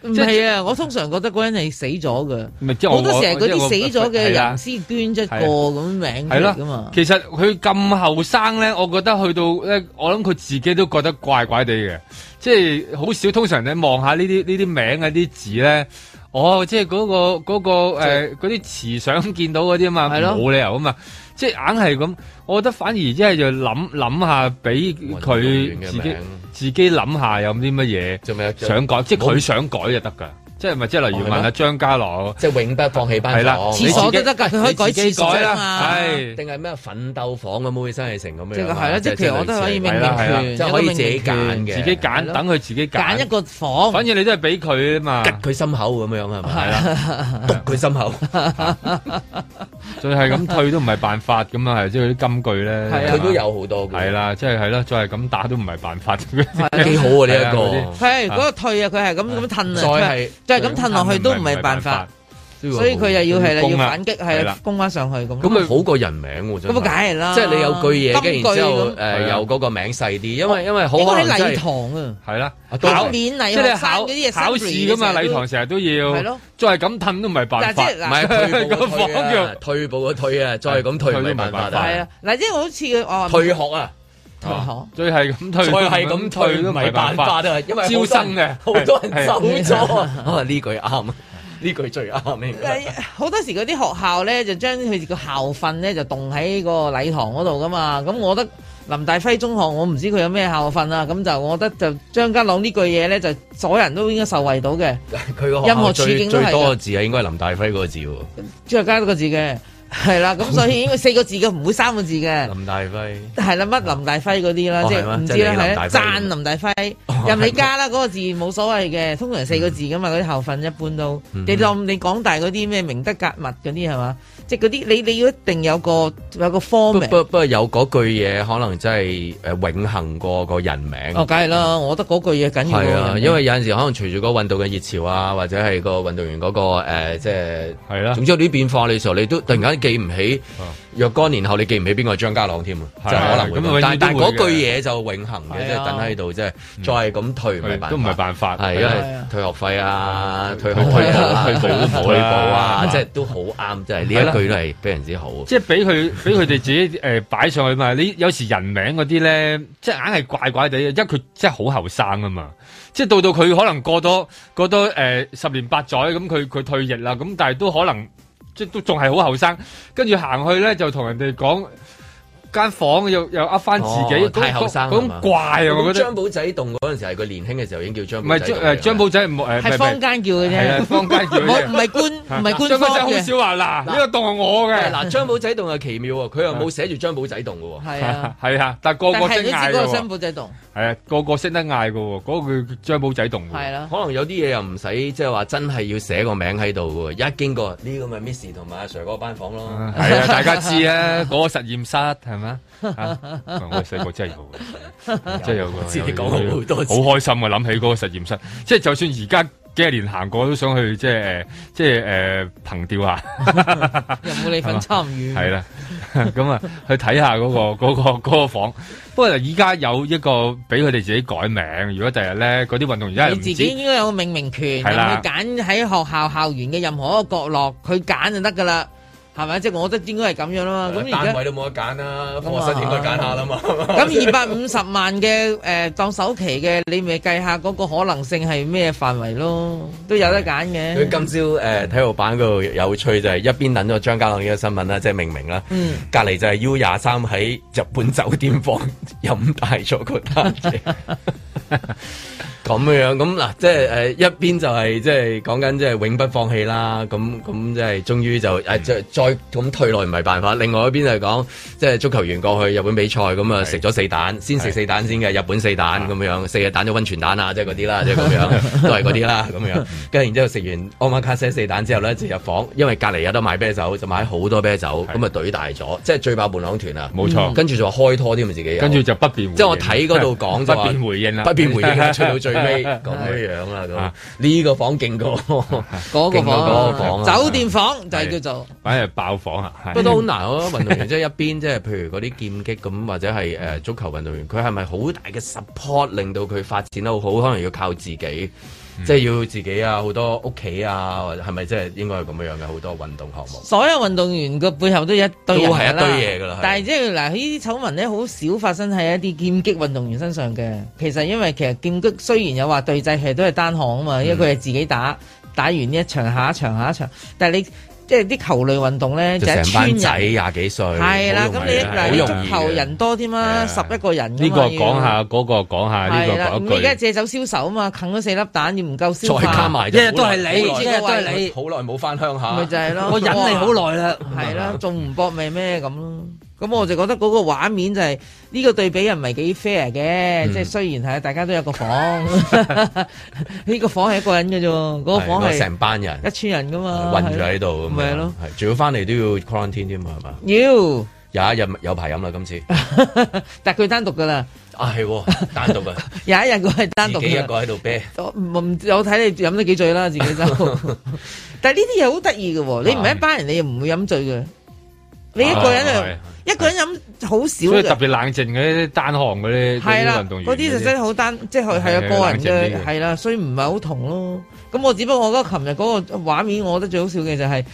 S4: 唔係啊，我通常覺得嗰人係死咗嘅，
S6: 咪即係我
S4: 好多時係嗰
S6: 我
S4: 啲死咗嘅
S6: 係啦
S4: 人先捐一個咁名出
S6: 係
S4: 嚟噶
S6: 咯
S4: 嘛，。
S6: 其實佢咁後生咧，我覺得去到咧，我諗佢自己都覺得怪怪地嘅，即係好少。通常你望下呢啲呢啲名啊啲字咧，哦，即係嗰、個嗰、個誒嗰啲詞想見到嗰啲啊嘛，
S4: 係咯
S6: 冇理由啊嘛，即係硬係咁。我覺得反而即係就諗諗下，俾佢自己自己諗下有啲乜
S2: 啊
S6: 嘢想改，即係佢想改就得㗎。即係咪即係例如
S2: 哦係
S6: 問
S2: 咩
S6: 下張家朗，
S2: 即係永不放棄班
S6: 係啦，
S2: 房
S6: 你自己你自己改啦，
S2: 係
S6: 係
S2: 定係咩啊奮鬥房咁，好似新藝城咁樣。啊
S4: 即係係啦即係其實我都可以命
S6: 係啦係啦
S4: 名權
S2: 即係可以自己揀嘅，
S6: 自己揀，等佢自己揀
S4: 揀一個房，
S6: 反正你都係俾佢啊嘛，
S2: 拮佢心口咁樣係咪？
S6: 係
S4: 啊
S6: 啦，篤
S2: 佢心口，
S6: 再係咁退都唔係辦法咁啊，係即係嗰啲金句咧，
S2: 係啊佢都有好多嘅
S6: 係啦，即係係啦，再係咁打都唔係辦法，幾
S2: 幾好啊呢一個
S4: 佢係嗰個退啊，佢係咁咁褪
S6: 再
S4: 啊，
S6: 係
S4: 再係咁褪落去都唔係辦法，所以佢又要係啦，要反擊係啦，攻翻上去咁。
S2: 咁咪好過人名喎，真係
S4: 咁啊梗係啦
S2: 即係你有句嘢，跟住然之後
S4: 金句咁啊哦
S2: 誒有嗰個名細啲，因為因為好
S4: 應該
S2: 可
S4: 喺
S2: 能真係
S4: 禮堂啊，
S6: 係啦，
S2: 都係
S4: 免禮
S6: 即係
S4: 學
S6: 你
S4: 生
S6: 考
S4: 嗰啲嘢
S6: 考試噶嘛，
S4: 成日都
S6: 禮堂成日都
S4: 係
S6: 要
S4: 咯，
S6: 再係咁褪都唔係
S4: 嗱
S6: 辦法，
S4: 即係嗱
S2: 唔係退步
S6: 個
S2: 個
S6: 房
S2: 退啊
S6: 叫，
S2: 退步個退啊，再係咁退唔係辦法啊，
S4: 係啊，嗱，即係好似佢哦，
S2: 退學啊。
S4: 退學。
S6: 再係咁退，
S2: 再係咁退都唔係辦法啊，因為
S6: 招生嘅
S2: 好多人走咗
S6: 係
S2: 啊，啊呢句啱，呢句最啱啊應
S4: 但係
S2: 該。
S4: 好多時嗰啲學校咧，就將佢個校訓咧就凍喺個禮堂嗰度噶嘛。咁我覺得林大輝中學我唔知佢有咩校訓啊。咁就我覺得就張家朗呢句嘢咧，就所有人都應該受惠到嘅。
S2: 佢個
S4: 任
S2: 任
S4: 何
S2: 何
S4: 處
S2: 最
S4: 境都係
S2: 最
S4: 㗎
S2: 多嘅字啊係應該係林大輝嗰個字喎，
S4: 張家個字嘅係啦，咁所以應該四個字嘅，唔會三個字嘅。
S2: 林大輝。
S4: 係啦，乜林大輝嗰啲啦，
S2: 哦
S4: 即係
S2: 係
S4: 唔
S2: 咩
S4: 知啦，
S2: 即係你
S4: 係
S2: 林
S4: 啦，
S2: 大輝
S4: 讚林大輝，任你加啦，嗰個字冇所謂嘅，通常四個字噶嘛，嗰啲校訓一般都，
S2: 嗯
S4: 你當你港大嗰啲咩明德格物嗰啲係嘛，即係嗰啲你你要一定有個有個
S2: 不
S4: form
S2: 不不過有嗰句嘢可能真係誒永恆過個人名。
S4: 哦，梗係啦，我覺得嗰句嘢緊要喎。
S2: 係啊，
S4: 人哋
S2: 因為有陣時可能隨住個運動嘅熱潮啊，或者係個運動員嗰、個、呃、即係
S6: 係啦。
S2: 總之有啲變化嘅時候，你都突然間記唔起。若干年後你記唔起邊個係張家朗添啊？
S6: 哦係
S2: 就可能會
S6: 咁永遠都
S2: 咁。但但
S6: 會嘅
S2: 嗰句嘢就永恆
S6: 係啊嗯
S2: 嘅，即係等喺度，即係再係咁退唔係辦法
S6: 都唔係辦法
S2: 係因
S6: 係啊
S2: 為退學費啊、退學
S6: 退
S2: 費啊、
S6: 退退步都冇啦
S2: 退步啊
S6: 係，
S2: 即係都好啱，即係呢一句都係非常之好。
S6: 即係俾佢俾佢哋自己誒擺、上去嘛。你有時人名嗰啲咧，即係硬係怪怪地，因為佢真係好後生啊嘛。即係到到佢可能過多過多誒、呃十年八載咁，佢佢退役啦，咁但係都可能即係都仲係好後生。跟住行去咧就同人哋講間房又又呃翻自己，
S2: 哦
S6: 咁
S2: 太後生
S6: 咁咁怪啊！我覺得
S2: 張寶仔洞嗰陣時係佢年輕嘅時候已經叫張
S6: 唔
S2: 寶
S6: 係
S2: 仔啊洞
S6: 張誒張寶仔唔誒
S4: 係坊間叫嘅
S6: 係啊
S4: 啫，
S6: 坊間叫嘅啫
S4: 我唔係官 唔係官
S6: 張寶
S4: 方
S6: 仔好
S4: 嘅。
S6: 少話嗱呢個洞係我嘅
S2: 嗱，張寶仔洞係奇妙喎，佢又冇寫住張寶仔洞嘅喎。
S4: 係啊，
S6: 係啊，但係個個
S4: 但係
S6: 識
S4: 你知嗰
S6: 嗌嘅
S4: 個
S6: 喎
S4: 新報制度，
S6: 係啊，個個識得嗌嘅喎，嗰、個叫張寶仔洞喎。
S2: 啦， 可能有啲嘢又唔使即係話真係要寫個名喺度嘅喎，一經過呢個咪 Miss 同埋阿 Sir 嗰個班房咯。
S6: 係啊，大家 知啊，嗰個實驗室係咪啊？啊我哋細個真係 有嘅，真係有
S2: 我
S6: 個。
S2: 知
S6: 有
S2: 你講過好多次
S6: 好開心啊！諗起嗰個實驗室，即係就算而家幾廿年行過，都想去即係誒即係誒憑吊下。
S4: 有冇你份參
S2: 嗯
S4: 與？
S6: 係啦， 咁啊去睇下嗰個嗰個嗰個房。不過依家有一個俾佢哋自己改名，如果第日咧嗰啲運動員一係
S4: 你
S6: 唔
S4: 自己應
S6: 知。
S4: 該有個命名權，
S6: 係啦
S4: 咁佢揀喺學校校園嘅任何一個角落，佢揀就得噶啦，係咪？即係我覺得應該係咁樣啦嘛。咁而
S2: 單
S4: 家
S2: 啊
S4: 啊
S2: 位都冇得揀啦，課室應該揀下啦嘛。
S4: 咁二百五十萬嘅誒、呃、當首期嘅，你咪計下嗰個可能性係咩範圍咯，都有得揀
S2: 佢
S4: 嘅。
S2: 今朝誒、呃、體育版嗰度有趣就係一邊等咗張家朗呢個新聞啦，即係明明啦，
S4: 嗯
S2: 隔離就係 U 廿三喺日本酒店房 飲大咗個單嘢，咁樣咁嗱，即係誒一邊就係、即係講緊即係永不放棄啦，咁咁即係終於就誒、
S6: 嗯
S2: 呃再再咁退落唔係辦法，另外一邊就係講即係足球員過去日本比賽咁啊食咗四蛋，先食四蛋先嘅日本四
S6: 啊
S2: 蛋咁樣，四隻蛋咗温泉蛋
S6: 嗯
S2: 啊，即係嗰啲啦，即係咁樣 都係嗰啲啦，咁樣。跟住然之後食完 omakase 四蛋之後咧，就入房，因為隔離有得買啤酒，就買好多啤酒，咁啊懟大咗，即係最爆伴郎團啊！
S6: 冇錯
S2: 嗯跟住就話開拖添啊，自己有
S6: 跟住就不便回應
S2: 即係我睇嗰度講就話
S6: 不便回應啦
S2: 不便回應啦，出啊到最 尾咁樣樣啦，咁呢個房勁 過
S4: 嗰個
S2: 勁過嗰個
S4: 房
S2: 房啊
S4: 酒店房就係叫做。
S6: 反而爆房啊！係
S2: 不過都好難咯，運動員即係一邊即係譬如嗰啲劍擊咁，或者係誒足球運動員，佢係咪好大嘅 support 令到佢發展得好好？可能要靠自己，即係要自己啊，好多屋企啊，或者係咪即係應該係咁樣樣嘅好多運動項目？
S4: 所有運動員個背後都有一堆人
S2: 都係一
S4: 啦
S2: 堆嘢㗎啦係
S4: 但係即係嗱，呢啲醜聞咧好少發生喺一啲劍擊運動員身上嘅。其實因為其實劍擊雖然有話對制，其實都係單項啊
S2: 嗯
S4: 嘛，因為佢係自己打，打完呢一場下一場下一場。但係你即係啲球類運動咧
S2: 就
S4: 就係
S2: 成
S4: 村
S2: 班仔
S4: 人。
S2: 廿幾歲，
S4: 係啦，
S2: 好
S4: 咁
S2: 容
S4: 你
S2: 易啊
S4: 嗱，
S2: 好
S4: 你
S2: 容易
S4: 足球人多添啊，十一個人㗎
S6: 呢個
S4: 嘛
S6: 講下，嗰個講下，呢
S4: 係
S6: 個
S4: 啦，
S6: 講一
S4: 咁
S6: 句
S4: 而。家借酒消愁啊嘛，啃咗四粒蛋，要唔夠消化，
S2: 再加埋就
S4: 一日都係
S2: 好耐
S4: 你
S2: 好耐
S4: 一日都係你
S2: 好耐冇翻鄉下，
S4: 咪就係咯，
S2: 耐啦，
S4: 係啦，仲唔搏咪咩咁咯？咁我就覺得嗰個畫面就係、呢、個對比又唔係幾 fair 嘅，即係雖然係大家都有 個房，呢個房係一個人嘅啫喎，嗰、個
S2: 係
S4: 房係
S2: 成班人
S4: 一村人噶嘛，
S2: 困住喺度咁樣，
S4: 啊咪係咯，
S2: 係仲要翻嚟都要 quarantine 添啊嘛，係嘛？
S4: 妖！
S2: 有一日有排飲啦， 今次
S4: 但係佢單獨噶啦，
S2: 啊係喎，單獨啊，
S4: 有一日佢係 單
S2: 自
S4: 獨啊
S2: 己一
S4: 㗎啦
S2: 個喺度啤。
S4: 我唔唔我睇你飲得幾醉啦，自己 就。但係呢啲嘢好得意嘅喎，你唔係一班人，你又唔會飲醉嘅。你一個人就一個人飲好少
S6: 所
S4: 嘅
S6: 以特。別冷靜嘅單項嗰
S4: 係
S6: 啲嗰啲
S4: 啦，
S6: 運動員，
S4: 嗰啲就真係好單，即係係係啊個人
S6: 係
S4: 嘅，係啦，所以唔係好同咯。咁我只不過我覺得琴日嗰個畫面，我覺得最好笑嘅就係、
S2: 嗯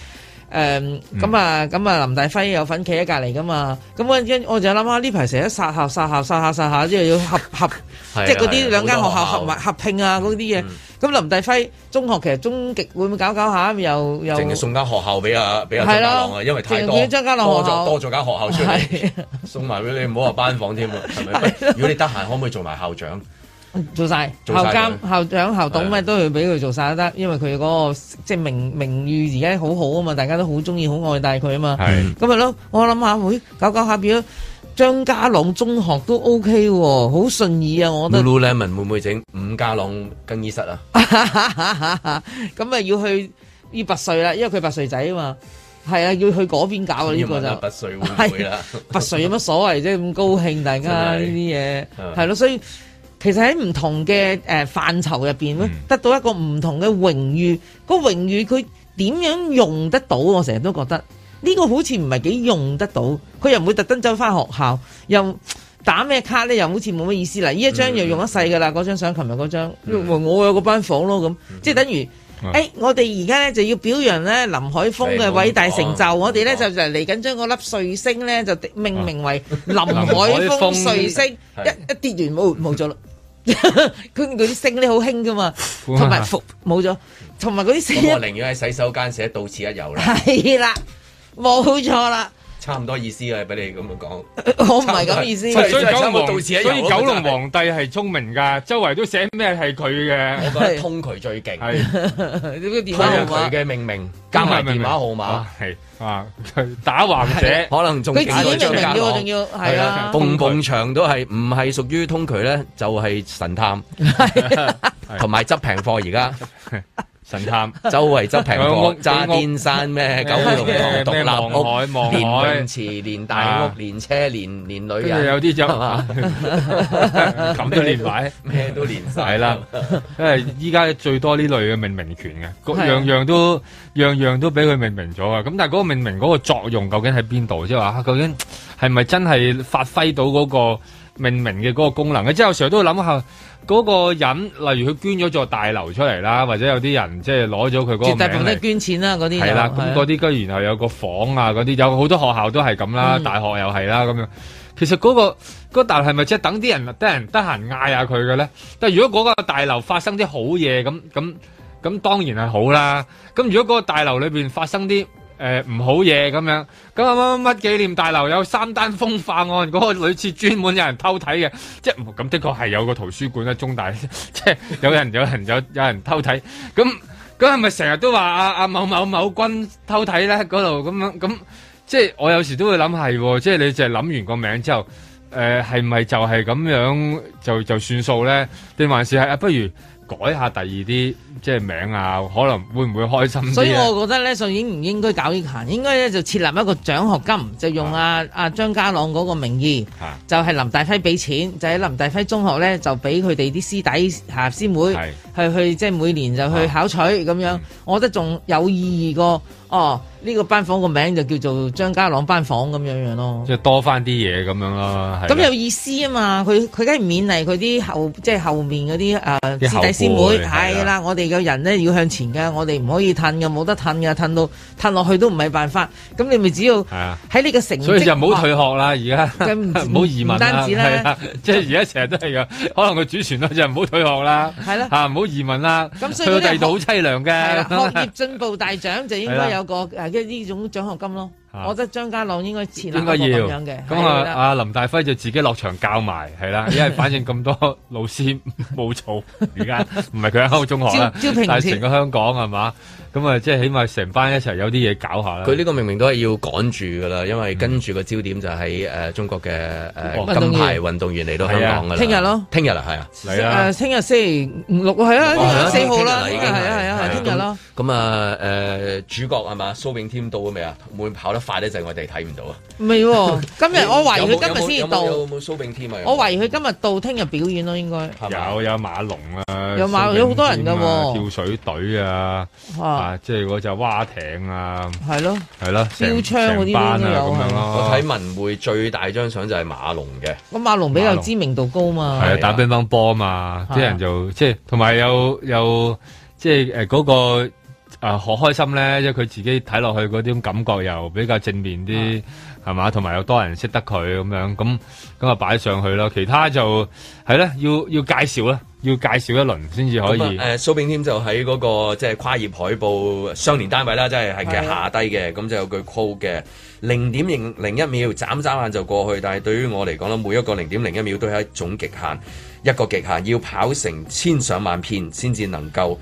S4: 誒咁啊咁啊林大輝有份企喺隔離噶嘛，咁嗰陣間我就諗下呢排成日殺校殺校殺校殺校，之後要 合合，
S2: 係啊
S4: 即係嗰啲兩間學校
S2: 好多學校嗯
S4: 合埋合併啊嗰啲嘢。咁林大輝中學其實終極會唔會搞搞下又又
S2: 淨係送間學校俾阿俾阿張
S4: 係
S2: 家
S4: 啦
S2: 朗啊，因為太
S4: 淨
S2: 多
S4: 係張家朗
S2: 多
S4: 學校
S2: 咗多咗間學校出嚟，送埋俾你，唔好話班房 添啊，係咪？如果你得閒，可唔可以做埋校長？
S4: 做晒
S2: 做
S4: 校
S2: 晒
S4: 監、
S2: 佢啊
S4: 校長、校董咩都要俾佢做晒都得，因為佢嗰個即係名名譽而家好好啊嘛，大家都好中意、好愛戴佢啊嘛。
S2: 嗯
S6: 係
S4: 咁咪咯，我諗下，會搞搞下變咗張家朗中學都 OK 喎，好順意啊，我覺得。
S2: Lululemon 會唔會整五家朗更衣室啊？
S4: 咁咪要去要拔萃啦，因為佢拔萃仔啊嘛。係啊，要去嗰邊搞啊！呢個
S2: 英文啊
S4: 就
S2: 拔萃會唔會 啦
S4: 係拔萃有乜所謂啫？咁高興大家呢
S2: 真係啊
S4: 啲嘢
S2: 係
S4: 係咯，所以其實喺唔同嘅
S2: 嗯
S4: 誒範疇入邊咧，得到一個唔同嘅榮譽。個榮譽佢點樣用得到？我成日都覺得呢個好似唔係幾用得到。佢又唔會特登走翻學校，又打咩卡咧，又好似冇乜意思啦。呢一張又
S2: 嗯
S4: 用一世㗎啦，嗰張相，琴日嗰張，我有個班房咯咁，即係等於。
S2: 嗯
S4: 誒、我哋而家咧就要表揚咧林海峰嘅偉大成就，我哋咧就就嚟緊將嗰粒彗星咧就命名為林海峰彗星，一一跌完冇冇咗啦。 佢嗰啲星咧好興噶嘛，同埋服冇咗，同埋嗰啲星
S2: 咁我寧願喺洗手間寫到此一遊啦。
S4: 係啦，冇錯啦。
S2: 差唔多意思嘅，俾你咁樣講。
S4: 我唔係咁意思
S2: 差唔多
S6: 所以
S2: 真係差唔
S6: 九
S2: 多到
S6: 龍皇，
S2: 此一遊
S6: 所以九
S2: 真
S6: 龍
S2: 係
S6: 皇帝係聰明㗎，周圍都寫咩係佢嘅。
S2: 我覺得通佢最勁，
S4: 個
S6: 啊
S4: 電
S2: 通
S4: 話號
S2: 咗
S4: 碼
S2: 佢啊嘅命名，加埋電話號碼。
S6: 係 啊，打橫寫，
S2: 可能仲
S4: 佢自己
S2: 勁過張
S4: 命名
S2: 家
S4: 嘅喎，
S2: 朗
S4: 仲要係啊，
S2: 蹦蹦牆都係唔係屬於通渠咧，就係神探，同埋執平貨而 家。
S6: 神探
S2: 周圍執平
S6: 佢啊屋啊
S2: 貨，揸癲山咩九龍塘獨
S6: 咩
S2: 立
S6: 望海望
S2: 屋，連
S6: 海
S2: 泳池、連大
S6: 啊
S2: 屋、連車、連連女
S6: 跟住
S2: 人，
S6: 有啲就
S2: 係嘛
S6: 咁都連埋，
S2: 咩都 連晒
S6: 係啦，因為依家最多呢類嘅命名權嘅，各
S2: 係啊
S6: 樣樣都樣樣都俾佢命名咗啊！咁但係嗰個命名嗰個作用究竟喺邊度？即係話啊究竟係咪真係發揮到嗰個命名嘅嗰個功能嘅？即係有時候都會諗下。嗰個人，例如佢捐咗座大樓出嚟啦，或者有啲人即係攞咗佢嗰個
S4: 絕大部
S6: 名
S4: 分都係
S6: 嚟
S4: 捐錢啦，嗰啲啊
S6: 係啦，咁
S4: 啲
S6: 嗰啲跟住然後有個房啊，嗰啲有好多學校都係咁啦，
S4: 嗯
S6: 大學又係啦咁樣。其實嗰、個嗰、大樓係咪即係等啲人得人得閒嗌下佢嘅咧？但係如果嗰個大樓發生啲好嘢咁咁咁，當然係好啦。咁如果嗰個大樓裏邊發生啲誒唔好嘢咁樣，咁啊乜乜乜紀念大樓有三單風化案，嗰、個類似專門有人偷睇嘅，即係唔咁的確係有個圖書館啦，中大 即係有人有人有有人偷睇，咁咁係咪成日都話阿阿某某某君偷睇咧嗰度咁樣咁？即係我有時都會諗係喎，即係你就係諗完個名之後，誒係咪就係咁樣就就算數咧？定還是係啊？不如改下第二啲即係名啊？可能會唔會開心啲啊
S4: 所以
S6: 呢
S4: 我覺得咧，順應唔應該搞呢行，應該咧就設立一個獎學金，就用阿阿張家朗嗰個名義，就係林大輝俾錢，就喺林大輝中學咧就俾佢哋啲師弟嚇師妹去去即係每年就
S6: 啊
S4: 去考取咁
S6: 嗯
S4: 樣，我覺得仲有意義過哦呢個班房個名就叫做張家朗班房咁樣樣咯。
S6: 即係多翻啲嘢咁樣咯。係啦
S4: 咁有意思啊嘛！佢佢梗係勉勵佢啲後即係後面嗰啲誒師
S6: 啲
S4: 弟師
S6: 後輩
S4: 妹係
S6: 係
S4: 啦，
S6: 啦
S4: 我哋嘅人咧要向前㗎，我哋唔可以褪㗎，冇得褪㗎，褪到褪落去都唔係辦法。咁你咪只要
S6: 係啊。
S4: 喺你嘅成績，啊
S6: 所以就唔好退學啦，而家
S4: 咁唔
S6: 唔好移民
S4: 唔單
S6: 啦，
S4: 止啦
S6: 係啦，啊即係而家成日都係咁，可能個主旋律就係唔好退學啦，啊
S4: 係啦
S6: 嚇唔好移民啦，
S4: 咁所以嗰啲
S6: 去到第二度好凄涼
S4: 係啦，
S6: 嘅，
S4: 學業進步大獎就應該有個誒一呢種獎學金咯。
S6: 啊
S4: 我覺得張家朗應該設立
S6: 應該
S4: 一個
S6: 要
S4: 咁樣嘅，
S6: 咁
S4: 係
S6: 啊，
S4: 啦
S6: 阿林大輝就自己落場教埋，係 啦，因為反正咁多老師冇做，而家唔係佢喺歐中學啦
S2: 招招聘，唔
S6: 但係
S2: 切
S6: 成個香港係嘛，咁啊，即係起碼成班一齊有啲嘢搞下啦。
S2: 佢呢個明明都係要趕住㗎啦，因為跟住個焦點就喺誒中國嘅
S4: 運
S6: 嗯
S2: 誒
S4: 動員
S2: 金牌運動員嚟到香港㗎啦。
S4: 聽日咯，
S2: 聽日啊，係啊，嚟
S4: 誒，聽日星期五六係啊，聽日四號啦，
S2: 已經
S4: 係啊係啊係啊，聽日啦。。
S2: 咁咁啊誒主角係嘛？蘇炳添到咗未啊？會唔會跑得快咧？就係我哋睇唔到啊！
S4: 未喎，今日我懷疑佢今日先
S2: 有冇
S4: 至到。
S2: 有冇有冇有冇蘇炳添啊？
S4: 我懷疑佢今日到，聽日表演咯，應該。
S6: 有有馬龍啊，
S4: 有馬龍有好多人㗎喎
S6: 跳水隊啊，
S4: 啊
S6: 啊，即係嗰隻蛙艇啊，
S4: 係咯，
S6: 係咯，成
S4: 標槍嗰啲
S6: 成班
S4: 都有啊
S6: 啊咁樣咯。
S2: 我睇文匯最大張相就係馬龍嘅。
S4: 咁馬龍比較知名度高嘛。
S6: 係啊，打乒乓波嘛，
S4: 係啊
S6: 啲人就即係同埋有有即係誒嗰個啊學開心咧，因為佢自己睇落去嗰種感覺又比較正面
S4: 啊
S6: 啲，係嘛，同埋又多人識得佢咁樣，咁咁啊擺上去咯。其他就係咧，要要介紹啦，要介紹一輪先至可以。
S2: 咁啊誒蘇炳添就喺嗰個即係跨業海報相連單位啦，即係係嘅
S6: 係
S2: 下低嘅，咁就有句 quote 嘅零點零零一秒，眨眨眼就過去。但係對於我嚟講咧，每一個零點零一秒都係一種極限，一個極限要跑成千上萬遍先至能夠。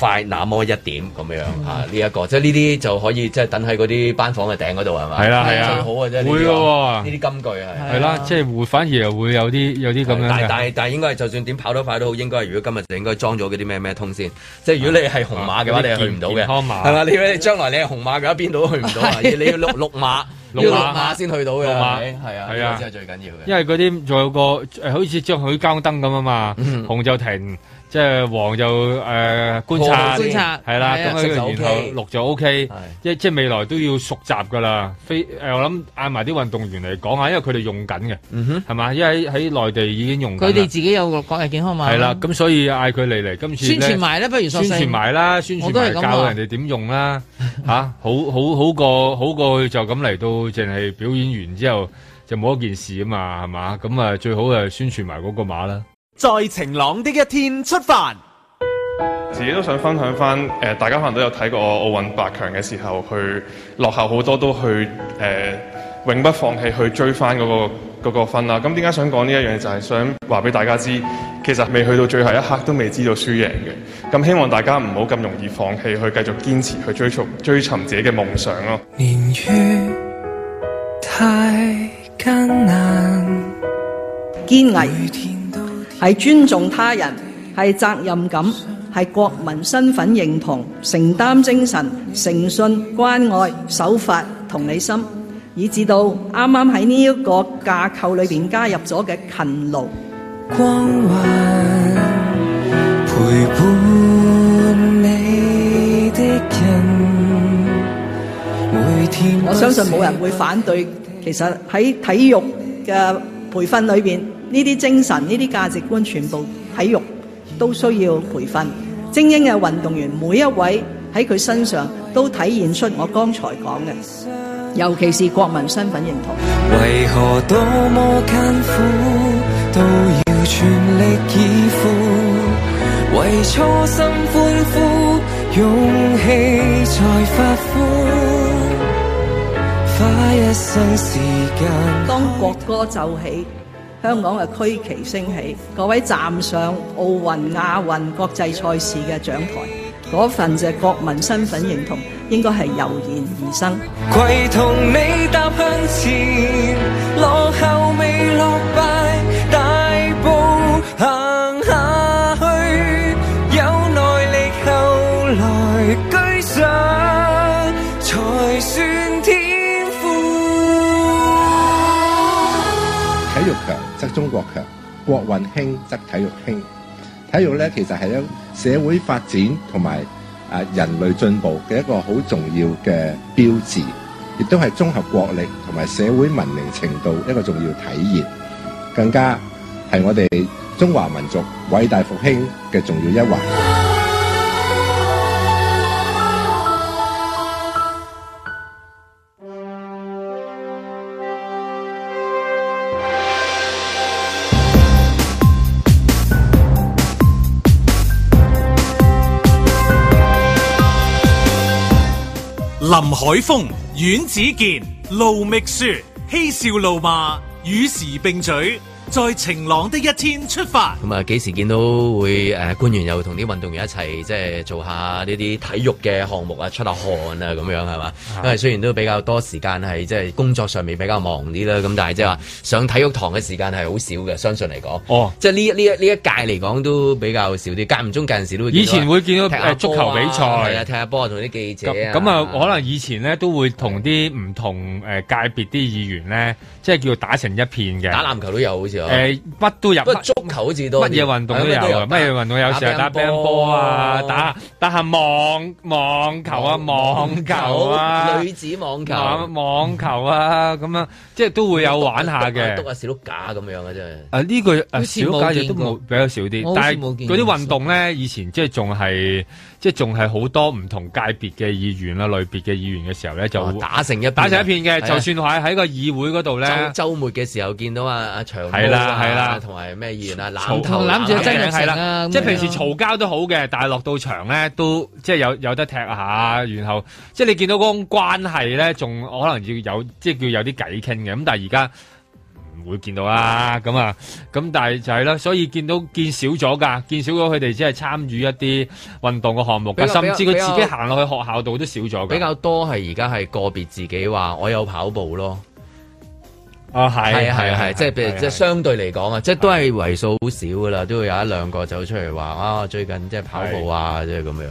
S2: 快那麼一點咁樣嚇，
S6: 嗯
S2: 呢一個即係呢啲就可以即係等喺嗰啲班房嘅頂嗰度係嘛？
S6: 係啦係啊
S2: 最好嘅啫。呢啲
S6: 會嘅喎
S2: 呢啲金句係
S6: 係
S4: 啊
S6: 啦，即係會反而又會有啲有啲咁樣
S2: 但係
S6: 嘅
S2: 但係但係應該係就算點跑得快都好，應該係如果今日就應該裝咗嗰啲咩咩通先。即係如果你係紅馬嘅話，
S6: 啊
S2: 你係去唔到嘅，
S6: 健康碼
S2: 係嘛？你如果你將來你係紅馬嘅話，邊度都去唔 到啊！你要綠綠馬，
S6: 綠馬
S2: 要綠馬先去到嘅，
S6: 綠馬
S2: 係咪係啊，
S6: 係啊
S2: 呢個先係最緊要嘅。
S6: 因為嗰啲仲有個誒，好似張許交燈咁啊嘛，紅就停，即係黃就誒觀察，
S2: 好觀察
S6: 係啦，
S2: 係啊
S6: 咁
S2: 色
S6: 樣
S2: 就
S6: 然後
S2: OK
S6: 綠就 OK，即即係啊未來都要熟習噶啦。非誒，我諗嗌埋啲運動員嚟講下，因為佢哋用緊嘅，係嘛？因為喺喺內地已經用緊
S4: 佢哋
S6: 啦。
S4: 自己有個國日健康碼。
S6: 係啦，咁所以嗌佢嚟嚟，今次呢
S4: 宣傳埋啦不如索
S6: 宣
S4: 性
S6: 傳埋啦，宣
S4: 我
S6: 傳
S4: 都係
S6: 埋
S4: 咁
S6: 教
S4: 話
S6: 人哋點用 啦，吓好好好過好過佢就咁嚟到，淨係表演完之後就冇一件事啊嘛，係嘛？咁啊最好誒宣傳埋嗰個馬啦。
S5: 在晴朗的一天出發。
S14: 自己都想分享翻誒、呃大家可能都有睇過我奧運八強嘅時候，去落後好多都去誒、呃永不放棄去追翻嗰、個嗰個分啦。咁點解想講呢一樣嘢？就係想話俾大家知，其實未去到最後一刻都未知道輸贏嘅。咁希望大家唔好咁容易放棄，去繼續堅持去追逐追尋自己嘅夢想咯。
S19: 年月太艱難，
S13: 堅毅，係尊重他人，係責任感，係國民身份認同、承擔精神、誠信、關愛、守法、同理心，以至到啱啱喺呢一個架構裏邊加入咗嘅勤勞。
S19: 光環陪伴你的人，每天
S13: 我相信冇人會反對。其實喺體育嘅培訓裏邊，呢啲精神、呢啲價值觀，全部體育都需要培訓。精英嘅運動員，每一位喺佢身上都體現出我剛才講嘅，尤其是國民身份認同。
S19: 為何多麼艱苦都要全力以赴，為初心歡呼，勇氣才發膚。花一生時間，
S13: 當國歌奏起，香港嘅區旗升起，各位站上奧運、亞運國際賽事嘅獎台，嗰份就係國民身份認同，應該係油然而生。
S19: 攜同你踏向前，落後未落敗，大步行下去，有耐力後來居上，才算天賦。
S20: 體育強則中國強，國運興則體育興。體育咧其實係一社會發展同埋啊人類進步嘅一個好重要嘅標誌，亦都係綜合國力同埋社會文明程度一個重要體現，更加係我哋中華民族偉大復興嘅重要一環。
S1: 林海峰、阮子健、路觅雪，嬉笑怒罵，與時並舉，在晴朗的一天出發。
S2: 咁啊，幾時見到會誒、呃官員又同啲運動員一齊即係做下呢啲體育嘅項目啊，出下汗啊咁樣係嘛？因為雖然都比較多時間係即係工作上面比較忙啲啦，咁但係即係話上體育堂嘅時間係好少嘅，相信嚟講。
S6: 嗯哦，
S2: 即係呢呢一呢一屆嚟講都比較少啲，間唔中間時都會見啊
S6: 以前會見到
S2: 踢下
S6: 誒足球比賽
S2: 波啊係啊，踢下波啊同啲記者
S6: 咁咁啊，可能以前咧都會同啲唔同誒界別啲議員咧，即係叫打成一片嘅。
S2: 打籃球都有好似啊
S6: 誒乜都有，
S2: 不過足球好似多
S6: 呃乜嘢運動都有啊，乜嘢運動有時候打乒乓波啊，打打下網網球啊，網球啊，
S2: 女子網球
S6: 網網球啊，咁樣即係都會有玩下嘅
S2: 篤。 下小碌架咁樣嘅啫。
S6: 啊！呢個
S2: 好
S6: 誒
S2: 似
S6: 小
S2: 冇
S6: 家亦都
S2: 見過
S6: 冇比較少啲
S2: 我，好似
S6: 但係
S2: 冇見
S6: 嗰啲
S2: 過
S6: 運動咧，以前即係仲係即係仲係好多唔同界別嘅議員啦、類別嘅議員嘅時候咧，就
S2: 哦打成一
S6: 打成一片
S2: 係
S6: 嘅。
S2: 啊
S6: 就算喺喺個議會嗰度咧
S2: 周，周末嘅時候見到啊阿長毛
S6: 係啦
S2: 啊
S6: 係啦
S2: 同埋咩議員啊
S6: 嘈
S2: 攬頭攬頸
S6: 係
S2: 啊
S6: 啦，即係平時嘈交都好嘅，但係落到場咧都即係有有得踢下，然後即係你見到嗰種關係咧，仲可能要有即係叫有啲偈傾嘅。咁但係而家。唔會見到啦，咁啊，咁但係就係啦，所以見到見少咗㗎，見少咗佢哋只係參與一啲運動嘅項目
S2: 比
S6: 㗎，
S2: 較
S6: 甚至佢
S2: 比較
S6: 自己行落去學校度都少咗㗎。
S2: 比較多係而家係個別自己話我有跑步咯。
S6: 啊，係
S2: 係啊係啊係，即係譬
S6: 係
S2: 如即係相對嚟講啊，即係都係為數好少噶啦，都會有一兩個走出嚟話啊，最近即係跑步啊，即係咁樣咯，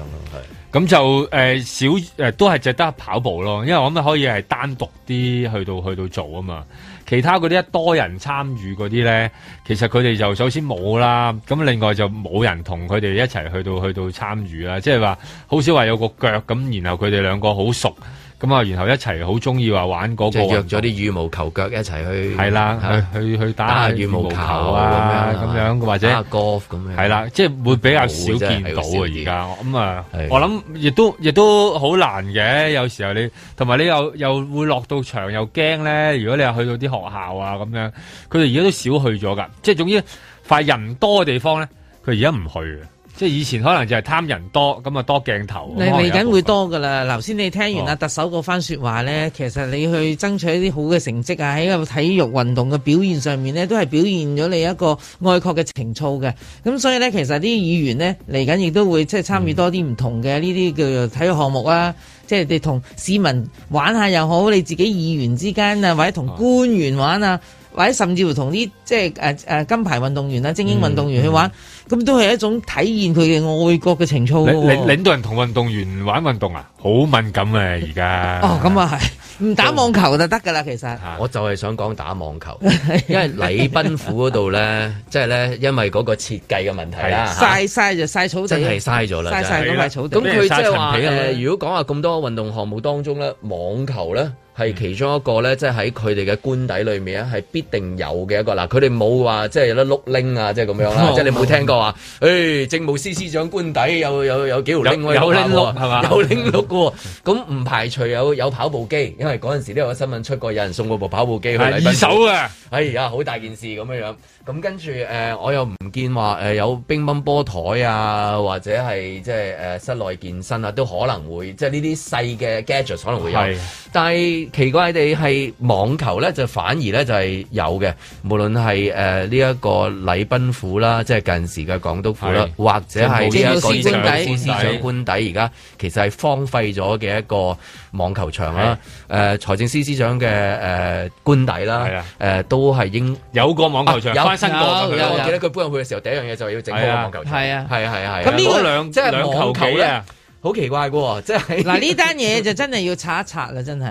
S6: 咁就誒、呃少誒、呃都係值得跑步咯，因為我諗可以係單獨啲去到去到做啊嘛。其他嗰啲一多人參與嗰啲咧，其實佢哋就首先冇啦，咁另外就冇人同佢哋一齊去到去到參與啦，即係話好少話有個腳咁，然後佢哋兩個好熟，咁啊，然後一齊好中意話玩嗰
S2: 即
S6: 個
S2: 係
S6: 運動。
S2: 約咗啲羽毛球腳一齊去
S6: 係啦，
S2: 嚇
S6: 去去去打
S2: 打
S6: 下
S2: 下羽毛球
S6: 啊
S2: 啊，
S6: 咁樣或者
S2: 打下 golf 咁樣，
S6: 係啦，即係會比較少
S2: 冇嗯真係
S6: 見到啊！
S2: 係
S6: 而家咁啊
S2: 係，
S6: 我諗亦都亦都好難嘅。有時候你同埋你又又會落到場又驚咧。如果你又去到啲學校啊咁樣，佢哋而家都少去咗㗎。即係總之，凡人多嘅地方咧，佢而家唔去嘅。即係以前可能就係貪人多，咁啊多鏡頭。
S4: 嚟嚟緊會多噶啦！嗱頭先你聽完阿特首嗰番説話咧，其實你去爭取一啲好嘅成績啊，喺個體育運動嘅表現上面咧，都係表現咗你一個愛國嘅情操嘅。咁所以咧，其實啲議員咧嚟緊亦都會即係參與多啲唔同嘅呢啲叫做體育項目啦。即係你同市民玩下又好，你自己議員之間啊，或者同官員玩啊，或者甚至乎同啲即係誒誒金牌運動員啊、精英運動員去玩，咁、都係一種體現佢嘅愛國嘅情操
S6: 領
S4: 㗎
S6: 領
S4: 喎。
S6: 領導人同運動員玩運動啊，好敏感啊而家。
S4: 哦，咁啊係，唔打網球就得㗎啦，其實。
S6: 啊
S2: 我就係想講打網球，因為禮賓府嗰度咧， 即係咧，因為嗰個設計嘅問題啦，
S6: 啊
S4: 晒晒就晒草地，
S2: 真係嘥咗啦，
S4: 晒晒嗰塊草地。
S2: 咁佢即係話
S6: 啊
S2: 誒，如果講下咁多運動項目當中咧，網球咧。係
S6: 嗯
S2: 其中一個咧，即係喺佢哋嘅官邸裏面啊咧，係必定有嘅一個嗱，佢哋冇話即係有得碌拎啊，即係咁樣啦
S6: 哦，
S2: 即係你冇聽過話，誒政務司司長官邸有有有幾條拎
S6: 有有拎碌係嘛
S2: 有拎碌嘅喎，咁唔排除有有跑步機，因為嗰陣時都有個新聞出過，有人送過部跑步機去
S6: 係
S2: 禮賓府
S6: 二手啊，
S2: 哎呀，好大件事咁樣樣。咁跟住誒、呃我又唔見話誒、呃有乒乓波台啊，或者係即係誒室內健身啊，都可能會即係呢啲細嘅 gadgets 可能會有
S6: 係。
S2: 但係奇怪地係網球咧，就反而咧就係、有嘅，無論係誒呢一個禮賓府啦，即係近時嘅港督府啦，
S6: 係
S2: 或者係呢一個
S6: 政務司官邸
S2: 政務司長官底而家其實係荒廢咗嘅一個網球場啦。誒、財政司司長嘅誒、官邸啦，誒、都係應
S6: 有個網球場
S2: 有
S6: 翻新過㗎
S2: 有
S6: 佢
S2: 有
S6: 有
S2: 我記得佢搬入去嘅時候，第一樣嘢就係要整好個網球場。
S4: 係啊
S2: 係啊係啊係啊。
S4: 咁呢個
S2: 嗰兩即係
S6: 兩球
S2: 網球
S6: 幾
S2: 咧
S6: 啊，
S2: 好奇怪嘅喎，即係
S4: 嗱呢單嘢就真係要查一查啦，真係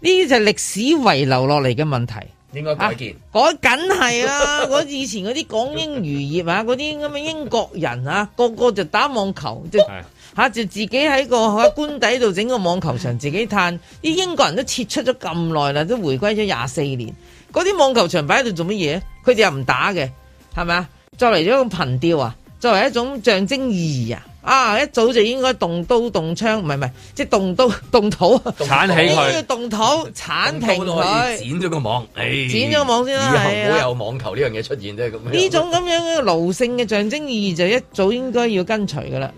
S4: 呢啲就歷史遺留落嚟嘅問題。
S2: 應該改建。
S4: 嗰梗係啦， 嗰以前嗰啲港英漁業啊，嗰啲咁嘅英國人啊，個個就打網球，就嚇就自己喺個喺官邸度整個網球場自己嘆。啲英國人都撤出咗咁耐啦，都回歸咗廿四年，嗰啲網球場擺喺度做乜嘢？佢哋又唔打嘅，係咪啊？作為一種憑吊啊，作為一種象徵意義啊，啊一早就應該動刀動槍，唔係唔係，即係動刀動土，啊
S2: 剷起佢
S4: 要動土剷平
S2: 都可以
S4: 佢。
S2: 剪咗個網，誒，
S4: 剪咗網先啦
S2: 以後唔
S4: 係啊
S2: 好有網球呢樣嘢出現啫。咁樣
S4: 呢種咁樣嘅奴性嘅象徵意義就一早應該要跟隨噶啦。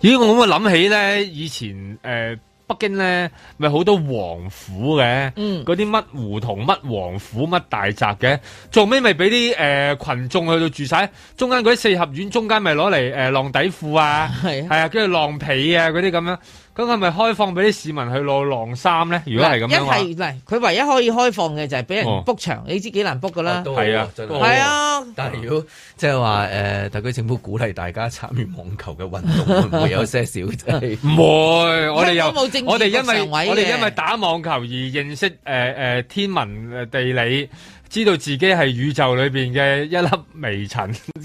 S6: 咦，我咁啊諗起咧，以前誒、呃北京咧，咪好多王府嘅，
S4: 嗯
S6: 嗰啲乜胡同、乜王府、乜大宅嘅，最後尾咪俾啲誒群眾去到住晒，中間嗰啲四合院中間咪攞嚟誒晾底褲啊，
S4: 係
S6: 啊，跟住晾被啊嗰啲咁樣，咁係咪開放俾啲市民去攞晾衫咧？如果係咁樣嘅話
S4: 一係嗱，佢唯一可以開放嘅就係俾人
S6: 哦
S4: book 場，你知幾難 book 噶啦。
S2: 啊都好喎真係
S4: 係啊，
S2: 但係如果即係話誒，特區政府鼓勵大家參與網球嘅運動，會唔會有些少即 係？
S6: 唔會，我哋又
S2: 香港冇政治
S6: 我哋因
S2: 局
S6: 為
S2: 常委嘅
S6: 我哋因為打網球而認識誒誒、呃呃天文呃地理，知道自己係宇宙裏邊嘅一粒微塵，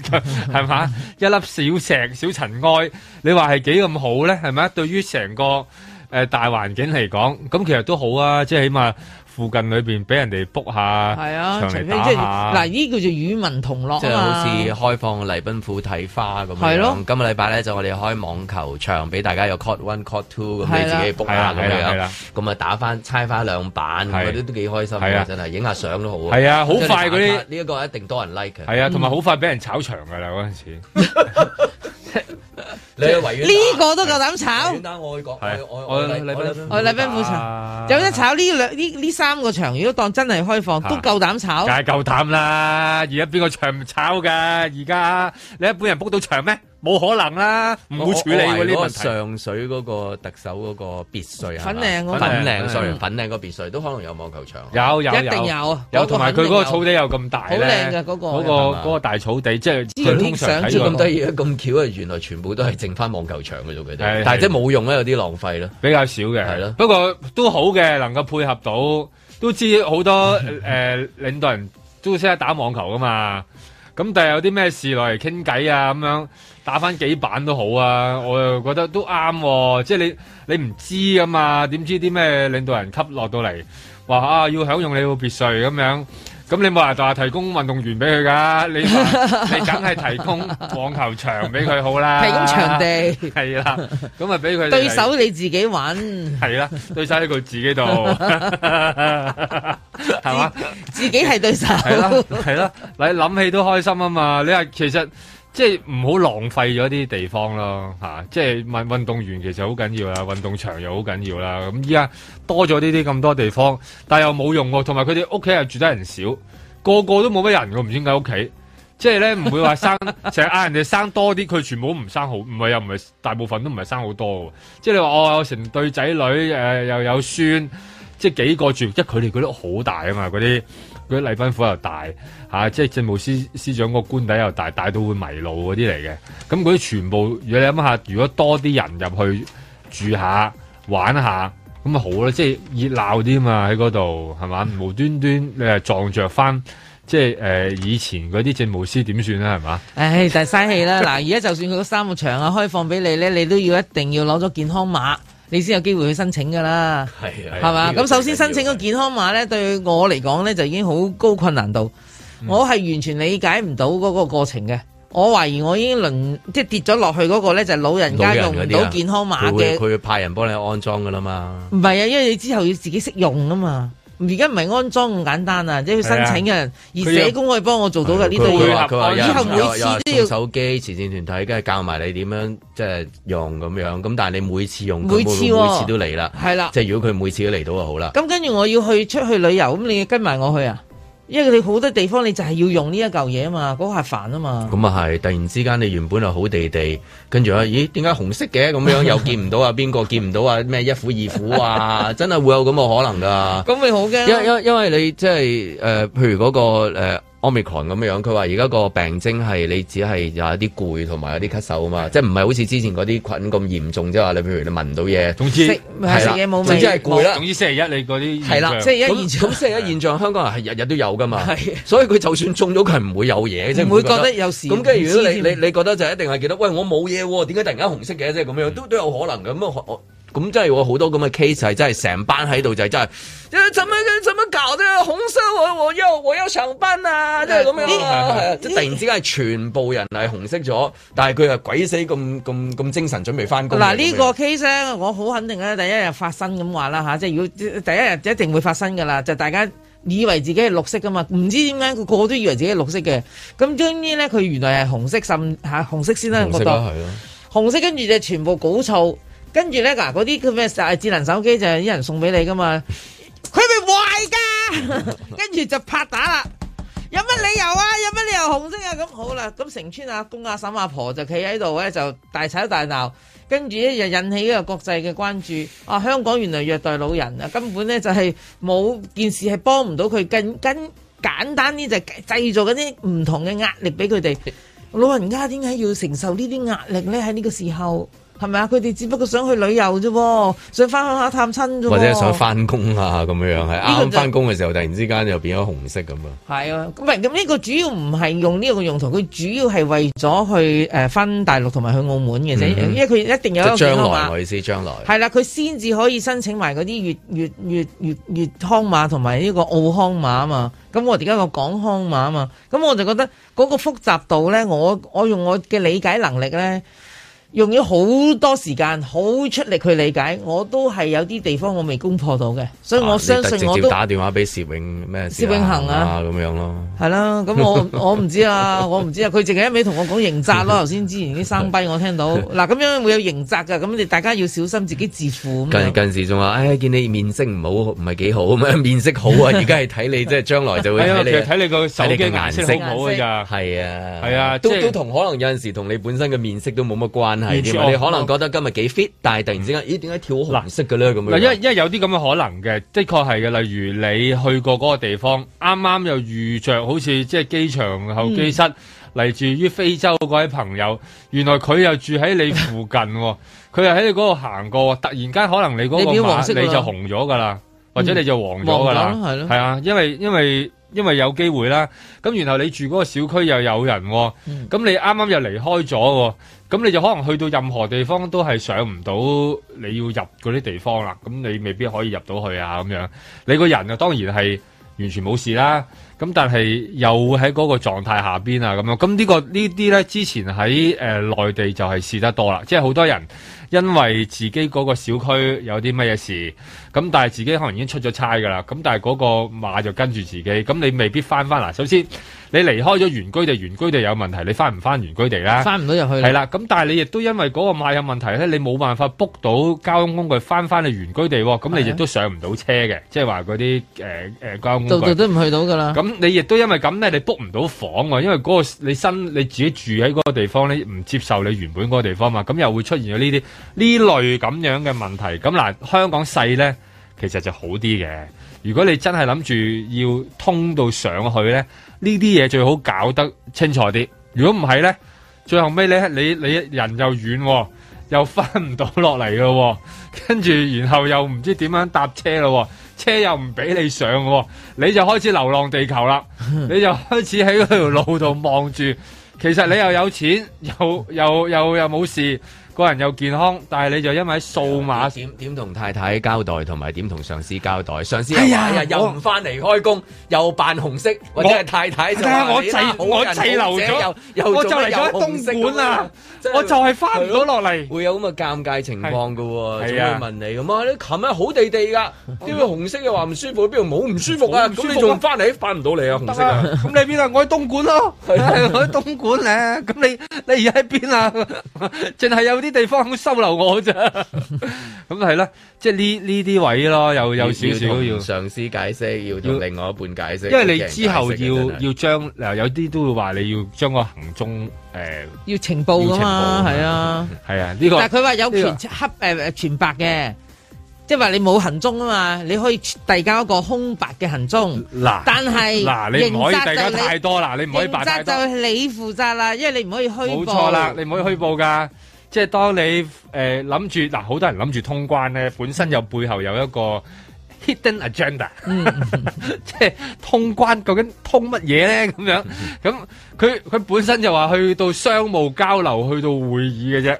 S6: 係嘛？一粒小石、小塵埃，你話係幾咁好咧？係咪？對於成個誒、呃大環境嚟講，咁其實都好啊，即係起碼附近裏邊俾人哋 book 下，
S4: 係啊，除
S6: 上
S4: 非即
S6: 嚟
S4: 係
S6: 打下。
S4: 嗱，呢叫做與民同樂
S2: 即係
S4: 啊
S2: 好
S4: 嘛
S2: 似開放禮賓府睇花咁
S4: 係咯
S2: 樣。今個禮拜咧就我哋開網球場俾大家有 court one、court two 咁，
S4: 係
S2: 你
S4: 啦
S2: 自己 book 下咁
S6: 係啦係
S2: 樣
S6: 啦。
S2: 咁啊打翻猜翻兩版，
S6: 係
S2: 嗰啲都幾開心
S6: 係
S2: 嘅，
S6: 啊
S2: 真係影下相都好啊。
S6: 係啊好快嗰啲
S2: 即係你打卡呢一個一定多人 like 嘅。
S6: 係啊，同
S4: 嗯
S6: 埋好快俾人炒場㗎啦嗰陣時。
S2: 你去維園打
S4: 呢個都夠膽炒。
S2: 我去講，
S6: 係啊
S2: 我
S6: 我
S2: 我禮
S6: 禮賓
S4: 我禮賓府場有得炒呢兩呢呢三個場，如果當真係開放，都夠膽炒
S6: 梗。係夠膽啦！而家邊個場唔炒㗎？而家你一般人 book 到場咩？冇可能啦，唔會處
S2: 我我懷疑
S6: 理喎呢
S2: 嗰個
S6: 啲問題。
S2: 上水嗰個特首嗰個別墅啊，
S4: 粉嶺嗰個
S2: 粉嶺
S6: 嗯
S2: sorry，粉嶺個別墅都可能有網球場。
S6: 有有
S4: 一定有啊嗰個
S6: 有，同埋
S4: 肯
S6: 佢嗰
S4: 定有
S6: 個草地又咁大咧，
S4: 好靚㗎嗰個
S6: 嗰個
S2: 係嘛
S6: 嗰個大草地，即係
S2: 知道
S6: 佢通常睇
S2: 知道
S6: 過
S2: 咁得意咁巧啊！原來全部都係剩翻網球場嘅啫，佢哋
S6: 係，
S2: 但係
S6: 係
S2: 即係冇用咧，啊有啲浪費咯。
S6: 比較少嘅，係咯。不過都好嘅，能夠配合到，都知好 多誒呃領導人都識得打網球噶嘛。咁但係有啲咩事落嚟傾偈啊，咁樣打翻幾板都好啊，我又覺得都啱喎。即係你你唔知噶嘛，點知啲咩領導人級落到嚟，話啊要享用你個別墅咁樣。咁你冇話就話提供運動員俾佢㗎，你話你梗係提供網球場俾佢好啦，
S4: 提供場 地
S6: 係啦，咁啊俾佢哋嚟
S4: 對手你自己揾，
S6: 係啦，對晒喺佢自己度， 係嘛？
S4: 自己係對手。
S6: 係啦，係啦，你諗起都開心啊嘛！你話其實即係唔好浪費咗啲地方咯嚇、啊即係運運動員其實好緊要啦，運動場又好緊要啦。咁依家多咗呢啲咁多地方，但又冇用喎，同埋佢哋屋企又住得人少，個個都冇乜人喎，唔知點解屋企。即係咧，唔會話生成日嗌人哋生多啲，佢全部都唔生好，唔係又唔係大部分都唔係生好多喎。即係你話我有成對仔女，誒、又有孫，即係幾個住，即係佢哋嗰啲好大啊嘛，嗰啲嗰啲禮賓府又大嚇、即係政務司司長個官邸又大，大到會迷路嗰啲嚟嘅。咁嗰啲全部，如果你諗下，如果多啲人入去住下玩下。咁咪好啦，即係熱鬧啲嘛喺嗰度係嘛，無端端你係撞着翻，即係誒、呃以前嗰啲政務司點算咧啊係嘛？
S4: 唉，但係嘥氣啦！嗱，而家就算佢嗰三個場啊開放俾你咧，你都要一定要攞咗健康碼，你先有機會去申請噶啦。
S6: 啊
S2: 係啊
S4: 係嘛？咁首先申請個健康碼咧，對我嚟講咧就已經好高困難度，
S2: 嗯
S4: 我係完全理解唔到嗰個過程嘅。我懷疑我已經輪即係跌咗落去嗰個咧，就係老人家用唔到健康碼
S2: 佢會
S4: 嘅
S2: 佢。會派人幫你安裝噶啦嘛。
S4: 唔係啊，因為你之後要自己識用啊嘛。而家唔係安裝咁簡單啊，即係要申請啊，而
S2: 佢又
S4: 社工可以幫我做到㗎呢
S2: 佢
S4: 度
S2: 會
S4: 要。
S2: 話佢話有人
S4: 以後每
S2: 有
S4: 次
S2: 有人
S4: 都要
S2: 送手機慈善團體，跟住教埋你點樣即係用咁樣。咁但係你每次用，佢
S4: 每次
S2: 會
S4: 喎
S2: 每次都嚟啦。
S4: 係啦
S2: 即係如果佢每次都嚟到就好啦。
S4: 咁跟住我要去出去旅遊，咁你要跟埋我去啊？因為你好多地方你就係要用呢一嚿嘢啊嘛，嗰下煩啊嘛。
S2: 咁啊係，突然之間你原本係好地地，跟住啊，咦點解紅色嘅咁 樣又見唔到啊邊個見唔到啊咩一虎二虎啊， 真係會有咁啊嘅可能㗎。
S4: 咁咪好驚
S2: 因
S4: 咯。
S2: 因因為你即係誒，譬如嗰、個誒 Omicron 咁樣，佢話而家個病徵係你只係有一啲攰同埋有啲咳嗽啊嘛，即係唔係好似之前嗰啲菌咁嚴重，即係話你譬如你聞唔到嘢，總
S6: 之
S4: 食
S2: 啊
S4: 食嘢冇味哦
S2: 總之係攰啊啦
S6: 總。之星期一你嗰啲
S2: 係啦，
S6: 現象
S2: 咁咁星 期一現象，香港人係日日都有噶嘛
S6: 係，
S2: 所以佢就算中咗，佢係唔會有嘢，即係
S4: 唔會覺得有事
S2: 咁跟住如果你
S4: 唔知
S2: 你
S4: 添
S2: 你覺得就一定係記得，喂我冇嘢喎，點解突然間紅色嘅即係咁樣，都都有可能嘅咁啊我咁真係我好多咁嘅 case 係真係成班喺度就係真係。
S19: 这怎么这怎么搞的？红色我我要我要上班啊！即系咁
S2: 係
S19: 样啊
S2: 啊，即係突然之間係全部人係紅色咗，但係佢係鬼死咁咁咁精神準備翻工嘅。
S4: 嗱呢
S2: 咁
S4: 個
S2: 樣
S4: case 咧，我好肯定啊咧，第一日發生咁話啦吓，即係如果第一日一定會發生噶啦，就大家以為自己係綠色噶嘛，唔知點解佢個個都以為自己係綠色嘅，咁終於咧佢原來係紅色滲吓、紅色先啦，
S2: 紅
S4: 我覺
S2: 色啊
S4: 得
S2: 啦係咯，
S4: 紅色跟住就全部鼓噪，跟住咧嗱嗰啲叫咩誒智能手機就係啲人送俾你噶嘛，佢咪壞㗎， 跟住就拍打啦。有乜理由啊？有乜理由紅色啊？咁好啦，咁成村阿公阿嬸阿婆就企喺度咧，就大吵大鬧，跟住咧就引起一個國際嘅關注。啊，香港原來虐待老人啊，根本咧就係冇件事係幫唔到佢，更更簡單啲就係製造緊啲唔同嘅壓力俾佢哋。老人家點解要承受呢啲壓力咧？喺呢個時候係咪啊？佢哋只不過想去旅遊啫喎，想翻鄉下探親啫喎，
S2: 或者係想翻工啊咁樣樣，係
S4: 呢個
S2: 啱
S4: 就
S2: 翻工嘅時候，突然之間又變咗紅色咁啊！
S4: 係啊，咁咪咁呢個主要唔係用呢個用途，佢主要係為咗去誒翻大陸同埋去澳門嘅啫，
S2: 嗯
S4: 因為佢一定
S2: 即
S4: 有一個
S2: 係
S4: 健
S2: 將
S4: 康
S2: 來
S4: 碼
S2: 我意思，將來
S4: 係啦，佢先至可以申請埋嗰啲粵粵粵粵粵康碼同埋呢個澳康碼啊嘛。咁我哋而家個港康碼啊嘛，咁我就覺得嗰個複雜度咧，我我用我嘅理解能力咧。用咗好多時間，好出力去理解，我都係有啲地方我未攻破到嘅，所以
S2: 啊
S4: 我
S2: 你
S4: 相
S2: 直
S4: 信
S2: 接
S4: 我都
S2: 打電話俾薛永咩薛
S4: 薛永恒啊
S2: 咁樣咯。
S4: 係啦，咁 我我唔知啊，我唔知啊，佢淨係一味同我講刑責咯。頭先之前啲生跛我聽 到，嗱咁樣會有刑責㗎，咁你大家要小心自己自負咁
S2: 近
S4: 樣。
S2: 近時仲話，唉，見你面色唔好，唔係幾好咁樣，面色好啊， 而家係睇你即係將來就會
S6: 係啊
S2: 睇你
S6: 其實睇你個手機
S2: 睇你嘅
S6: 顏色好唔好㗎咋
S2: 係啊，
S6: 係啊
S2: 都
S6: 即係
S2: 都同可能有陣時同你本身嘅面色都冇乜關係
S6: 完
S2: 添
S6: 全
S2: 啊。你可
S6: 我
S2: 能覺得今日幾 fit，但係突然之間，咦，點解跳紅色嘅咧？咁
S6: 嗱，因為
S2: 樣
S6: 因為有啲咁嘅可能嘅，的確係嘅。例如你去過嗰個地方，啱啱又遇着好似即係機場候機
S4: 嗯
S6: 室嚟、自於非洲嗰位朋友，原來佢又住喺你附近喎，佢又喺你嗰度行過，突然間可能你嗰
S4: 你
S6: 個
S4: 變黃色㗎
S6: 馬
S4: 啦
S6: 你就紅咗㗎啦，或者你就黃咗㗎啦，
S4: 嗯黃咗啦係咯
S6: 係啊，因為因為因為有機會啦，咁然後你住嗰個小區又有人、喎，咁、
S4: 嗯
S6: 你啱啱又離開咗、喎，咁你就可能去到任何地方都係上唔到你要入嗰啲地方啦，咁你未必可以入到去啊咁樣，你個人啊當然係完全冇事啦，咁但係又喺嗰個狀態下邊啊咁樣，咁呢、個呢啲呢，之前喺誒、呃、內地就係試得多啦，即係好多人因為自己嗰個小區有啲乜嘢事，咁咁但係自己可能已經出咗差㗎啦，咁但係嗰個馬就跟住自己，咁你未必翻翻嗱。首先你離開咗原居地，原居地有問題，你翻唔翻原居地啦？
S21: 翻唔到入去啦
S6: 係啦，咁但係你亦都因為嗰個馬有問題咧，你冇辦法 book 到交通工具翻翻去原居地喎，
S21: 啊
S6: 咁你亦都上唔到車嘅，即係話嗰啲誒誒交通工
S21: 度度
S6: 具
S21: 都唔去到噶
S4: 啊
S21: 啦。
S6: 啊咁你亦都因為咁咧，你 book 唔到房喎，因為嗰、個你新你自己住喺嗰個地方咧，唔接受你原本嗰個地方嘛，咁又會出現咗呢啲呢類咁樣嘅問題。咁嗱，香港細咧，其實就好啲嘅。如果你真係諗住要通到上去咧，呢啲嘢最好搞得清楚啲。如果唔係咧，最後尾咧，你你人又遠喎、又翻唔到落嚟咯喎， 跟住然後又唔知點樣搭車咯喎，車又唔俾你上喎，你就開始流浪地球啦，你就開始喺嗰條路度望住，其實你又有錢，又又又又冇事，個人又健康，但係你就因為喺數 碼
S2: 點點同太太交代，同埋點同上司交代，上司又
S6: 哎
S2: 話
S6: 呀
S2: 哎呀又唔翻嚟開工，又扮紅色，或者係太太就話
S6: 我
S2: 你啦
S6: 滯
S2: 好
S6: 我
S2: 人
S6: 滯
S2: 好
S6: 留
S2: 者
S6: 咗
S2: 又
S6: 我
S2: 又
S6: 就
S2: 做
S6: 嚟
S2: 乜又
S6: 咗
S2: 紅色
S6: 東莞啦
S2: 咁樣
S6: 我就係返唔到落嚟，
S2: 會有咁嘅尷尬情況㗎喎，
S6: 係啊
S2: 總會問你咁啊，你琴日好地地㗎，點解紅色又話唔舒 服，邊度冇唔舒服啊？
S6: 舒服
S2: 咁
S6: 啊
S2: 你仲唔翻嚟，翻唔到嚟啊，紅色啊！
S6: 咁你邊啊？我喺東莞 咯，我喺東莞咧。咁你你而家喺邊 啊？淨係有啲地方肯收留我 咋？咁係啦，即係呢呢啲位咯，有 有少少
S2: 同
S6: 要。
S2: 上司解釋，要
S6: 要
S2: 同另外一半解釋，
S6: 因為你之後
S2: 驚人解釋嘅真係
S6: 要要將嗱有啲都會話你要將個行蹤誒
S21: 要情報噶嘛，係啊。
S6: 係啊呢個，
S21: 但係佢話有
S6: 呢
S21: 全黑誒誒全白嘅，即係話你冇行蹤啊嘛，你可以遞交一個空白嘅行蹤。
S6: 嗱
S21: 但係
S6: 嗱你唔可以
S21: 刑責就
S6: 遞交
S21: 係你
S6: 太多啦，你唔可以扮
S21: 責就
S6: 太多。
S21: 係你負責啦，因為你唔可以虛報。
S6: 冇錯啦，你唔可以虛報噶。即係當你誒諗住嗱，好多人諗住通關咧，本身有背後有一個 hidden agenda，、即係通關究竟通乜嘢咧？咁樣咁佢佢本身就話去到商務交流，去到會議嘅啫。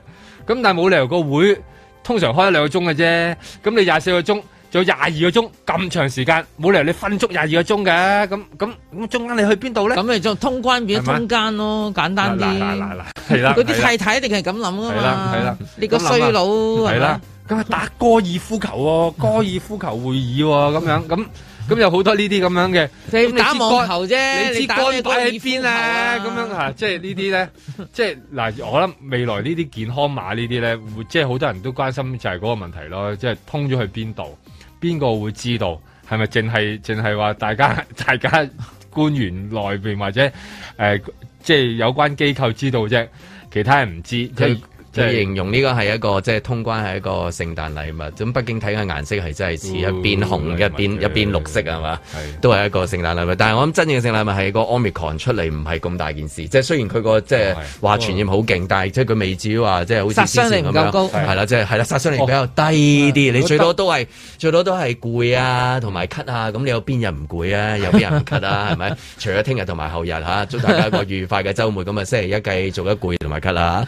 S6: 咁但係冇理由個會通常開一兩個鐘嘅啫。咁你廿四個鐘。仲有廿二個鐘咁長時間，冇理由你分足廿二個鐘嘅，咁咁咁中間你去邊度咧？
S21: 咁你就通關變咗
S6: 係咪
S21: 通奸咯，簡單啲。
S6: 嗱嗱嗱嗱 係啦
S21: 嗰啲
S6: 係啦
S21: 太太一定係咁諗噶
S6: 係啦
S21: 嘛。
S6: 係啦，啊
S21: 你個衰佬
S6: 係
S21: 係
S6: 啦
S21: 啦。，
S6: 咁啊打高爾夫球喎，高爾夫球會議喎，咁樣咁咁有好多呢啲咁樣嘅。咁
S21: 嗯你打
S6: 知
S21: 網
S6: 杆
S21: 球啫，
S6: 你知
S21: 打
S6: 杆
S21: 咩
S6: 擺
S21: 高爾
S6: 喺
S21: 夫
S6: 邊
S21: 球
S6: 啊？
S21: 啊
S6: 咁樣啊，即係呢啲咧，即係嗱，我諗未來呢啲健康碼呢啲咧，會即係好多人都關心就係嗰個問題咯，即係通咗去邊度，邊個會知道？係咪淨係淨係話大家 大家官員內邊或者誒、呃即係有關機構知道啫，其他人唔知。即係
S2: 佢
S6: 即係
S2: 佢形容呢個係一個即係通關係一個聖誕禮物，咁北京睇嘅顏色係真係似一邊
S6: 嗯
S2: 紅一邊一邊綠色係嘛，都係一個聖誕禮物。但係我諗真正嘅聖誕禮物係個 Omicron 出嚟唔係咁大件事，即係雖然佢個即
S6: 哦
S2: 係話傳染好勁，但係即係佢未至於話即係好似之
S21: 殺傷力
S2: 前
S21: 唔
S2: 咁
S21: 夠高
S2: 樣係啦，即係係啦，殺傷
S6: 哦
S2: 力比較低
S6: 嗯
S2: 啲，你最多都係最多都係攰啊，同埋咳啊，咁你有邊日唔攰啊？有邊日唔咳啊？係咪？除咗聽日同埋後日嚇，祝大家一個愉快嘅週末，咁啊星期一繼續一攰同埋咳啦。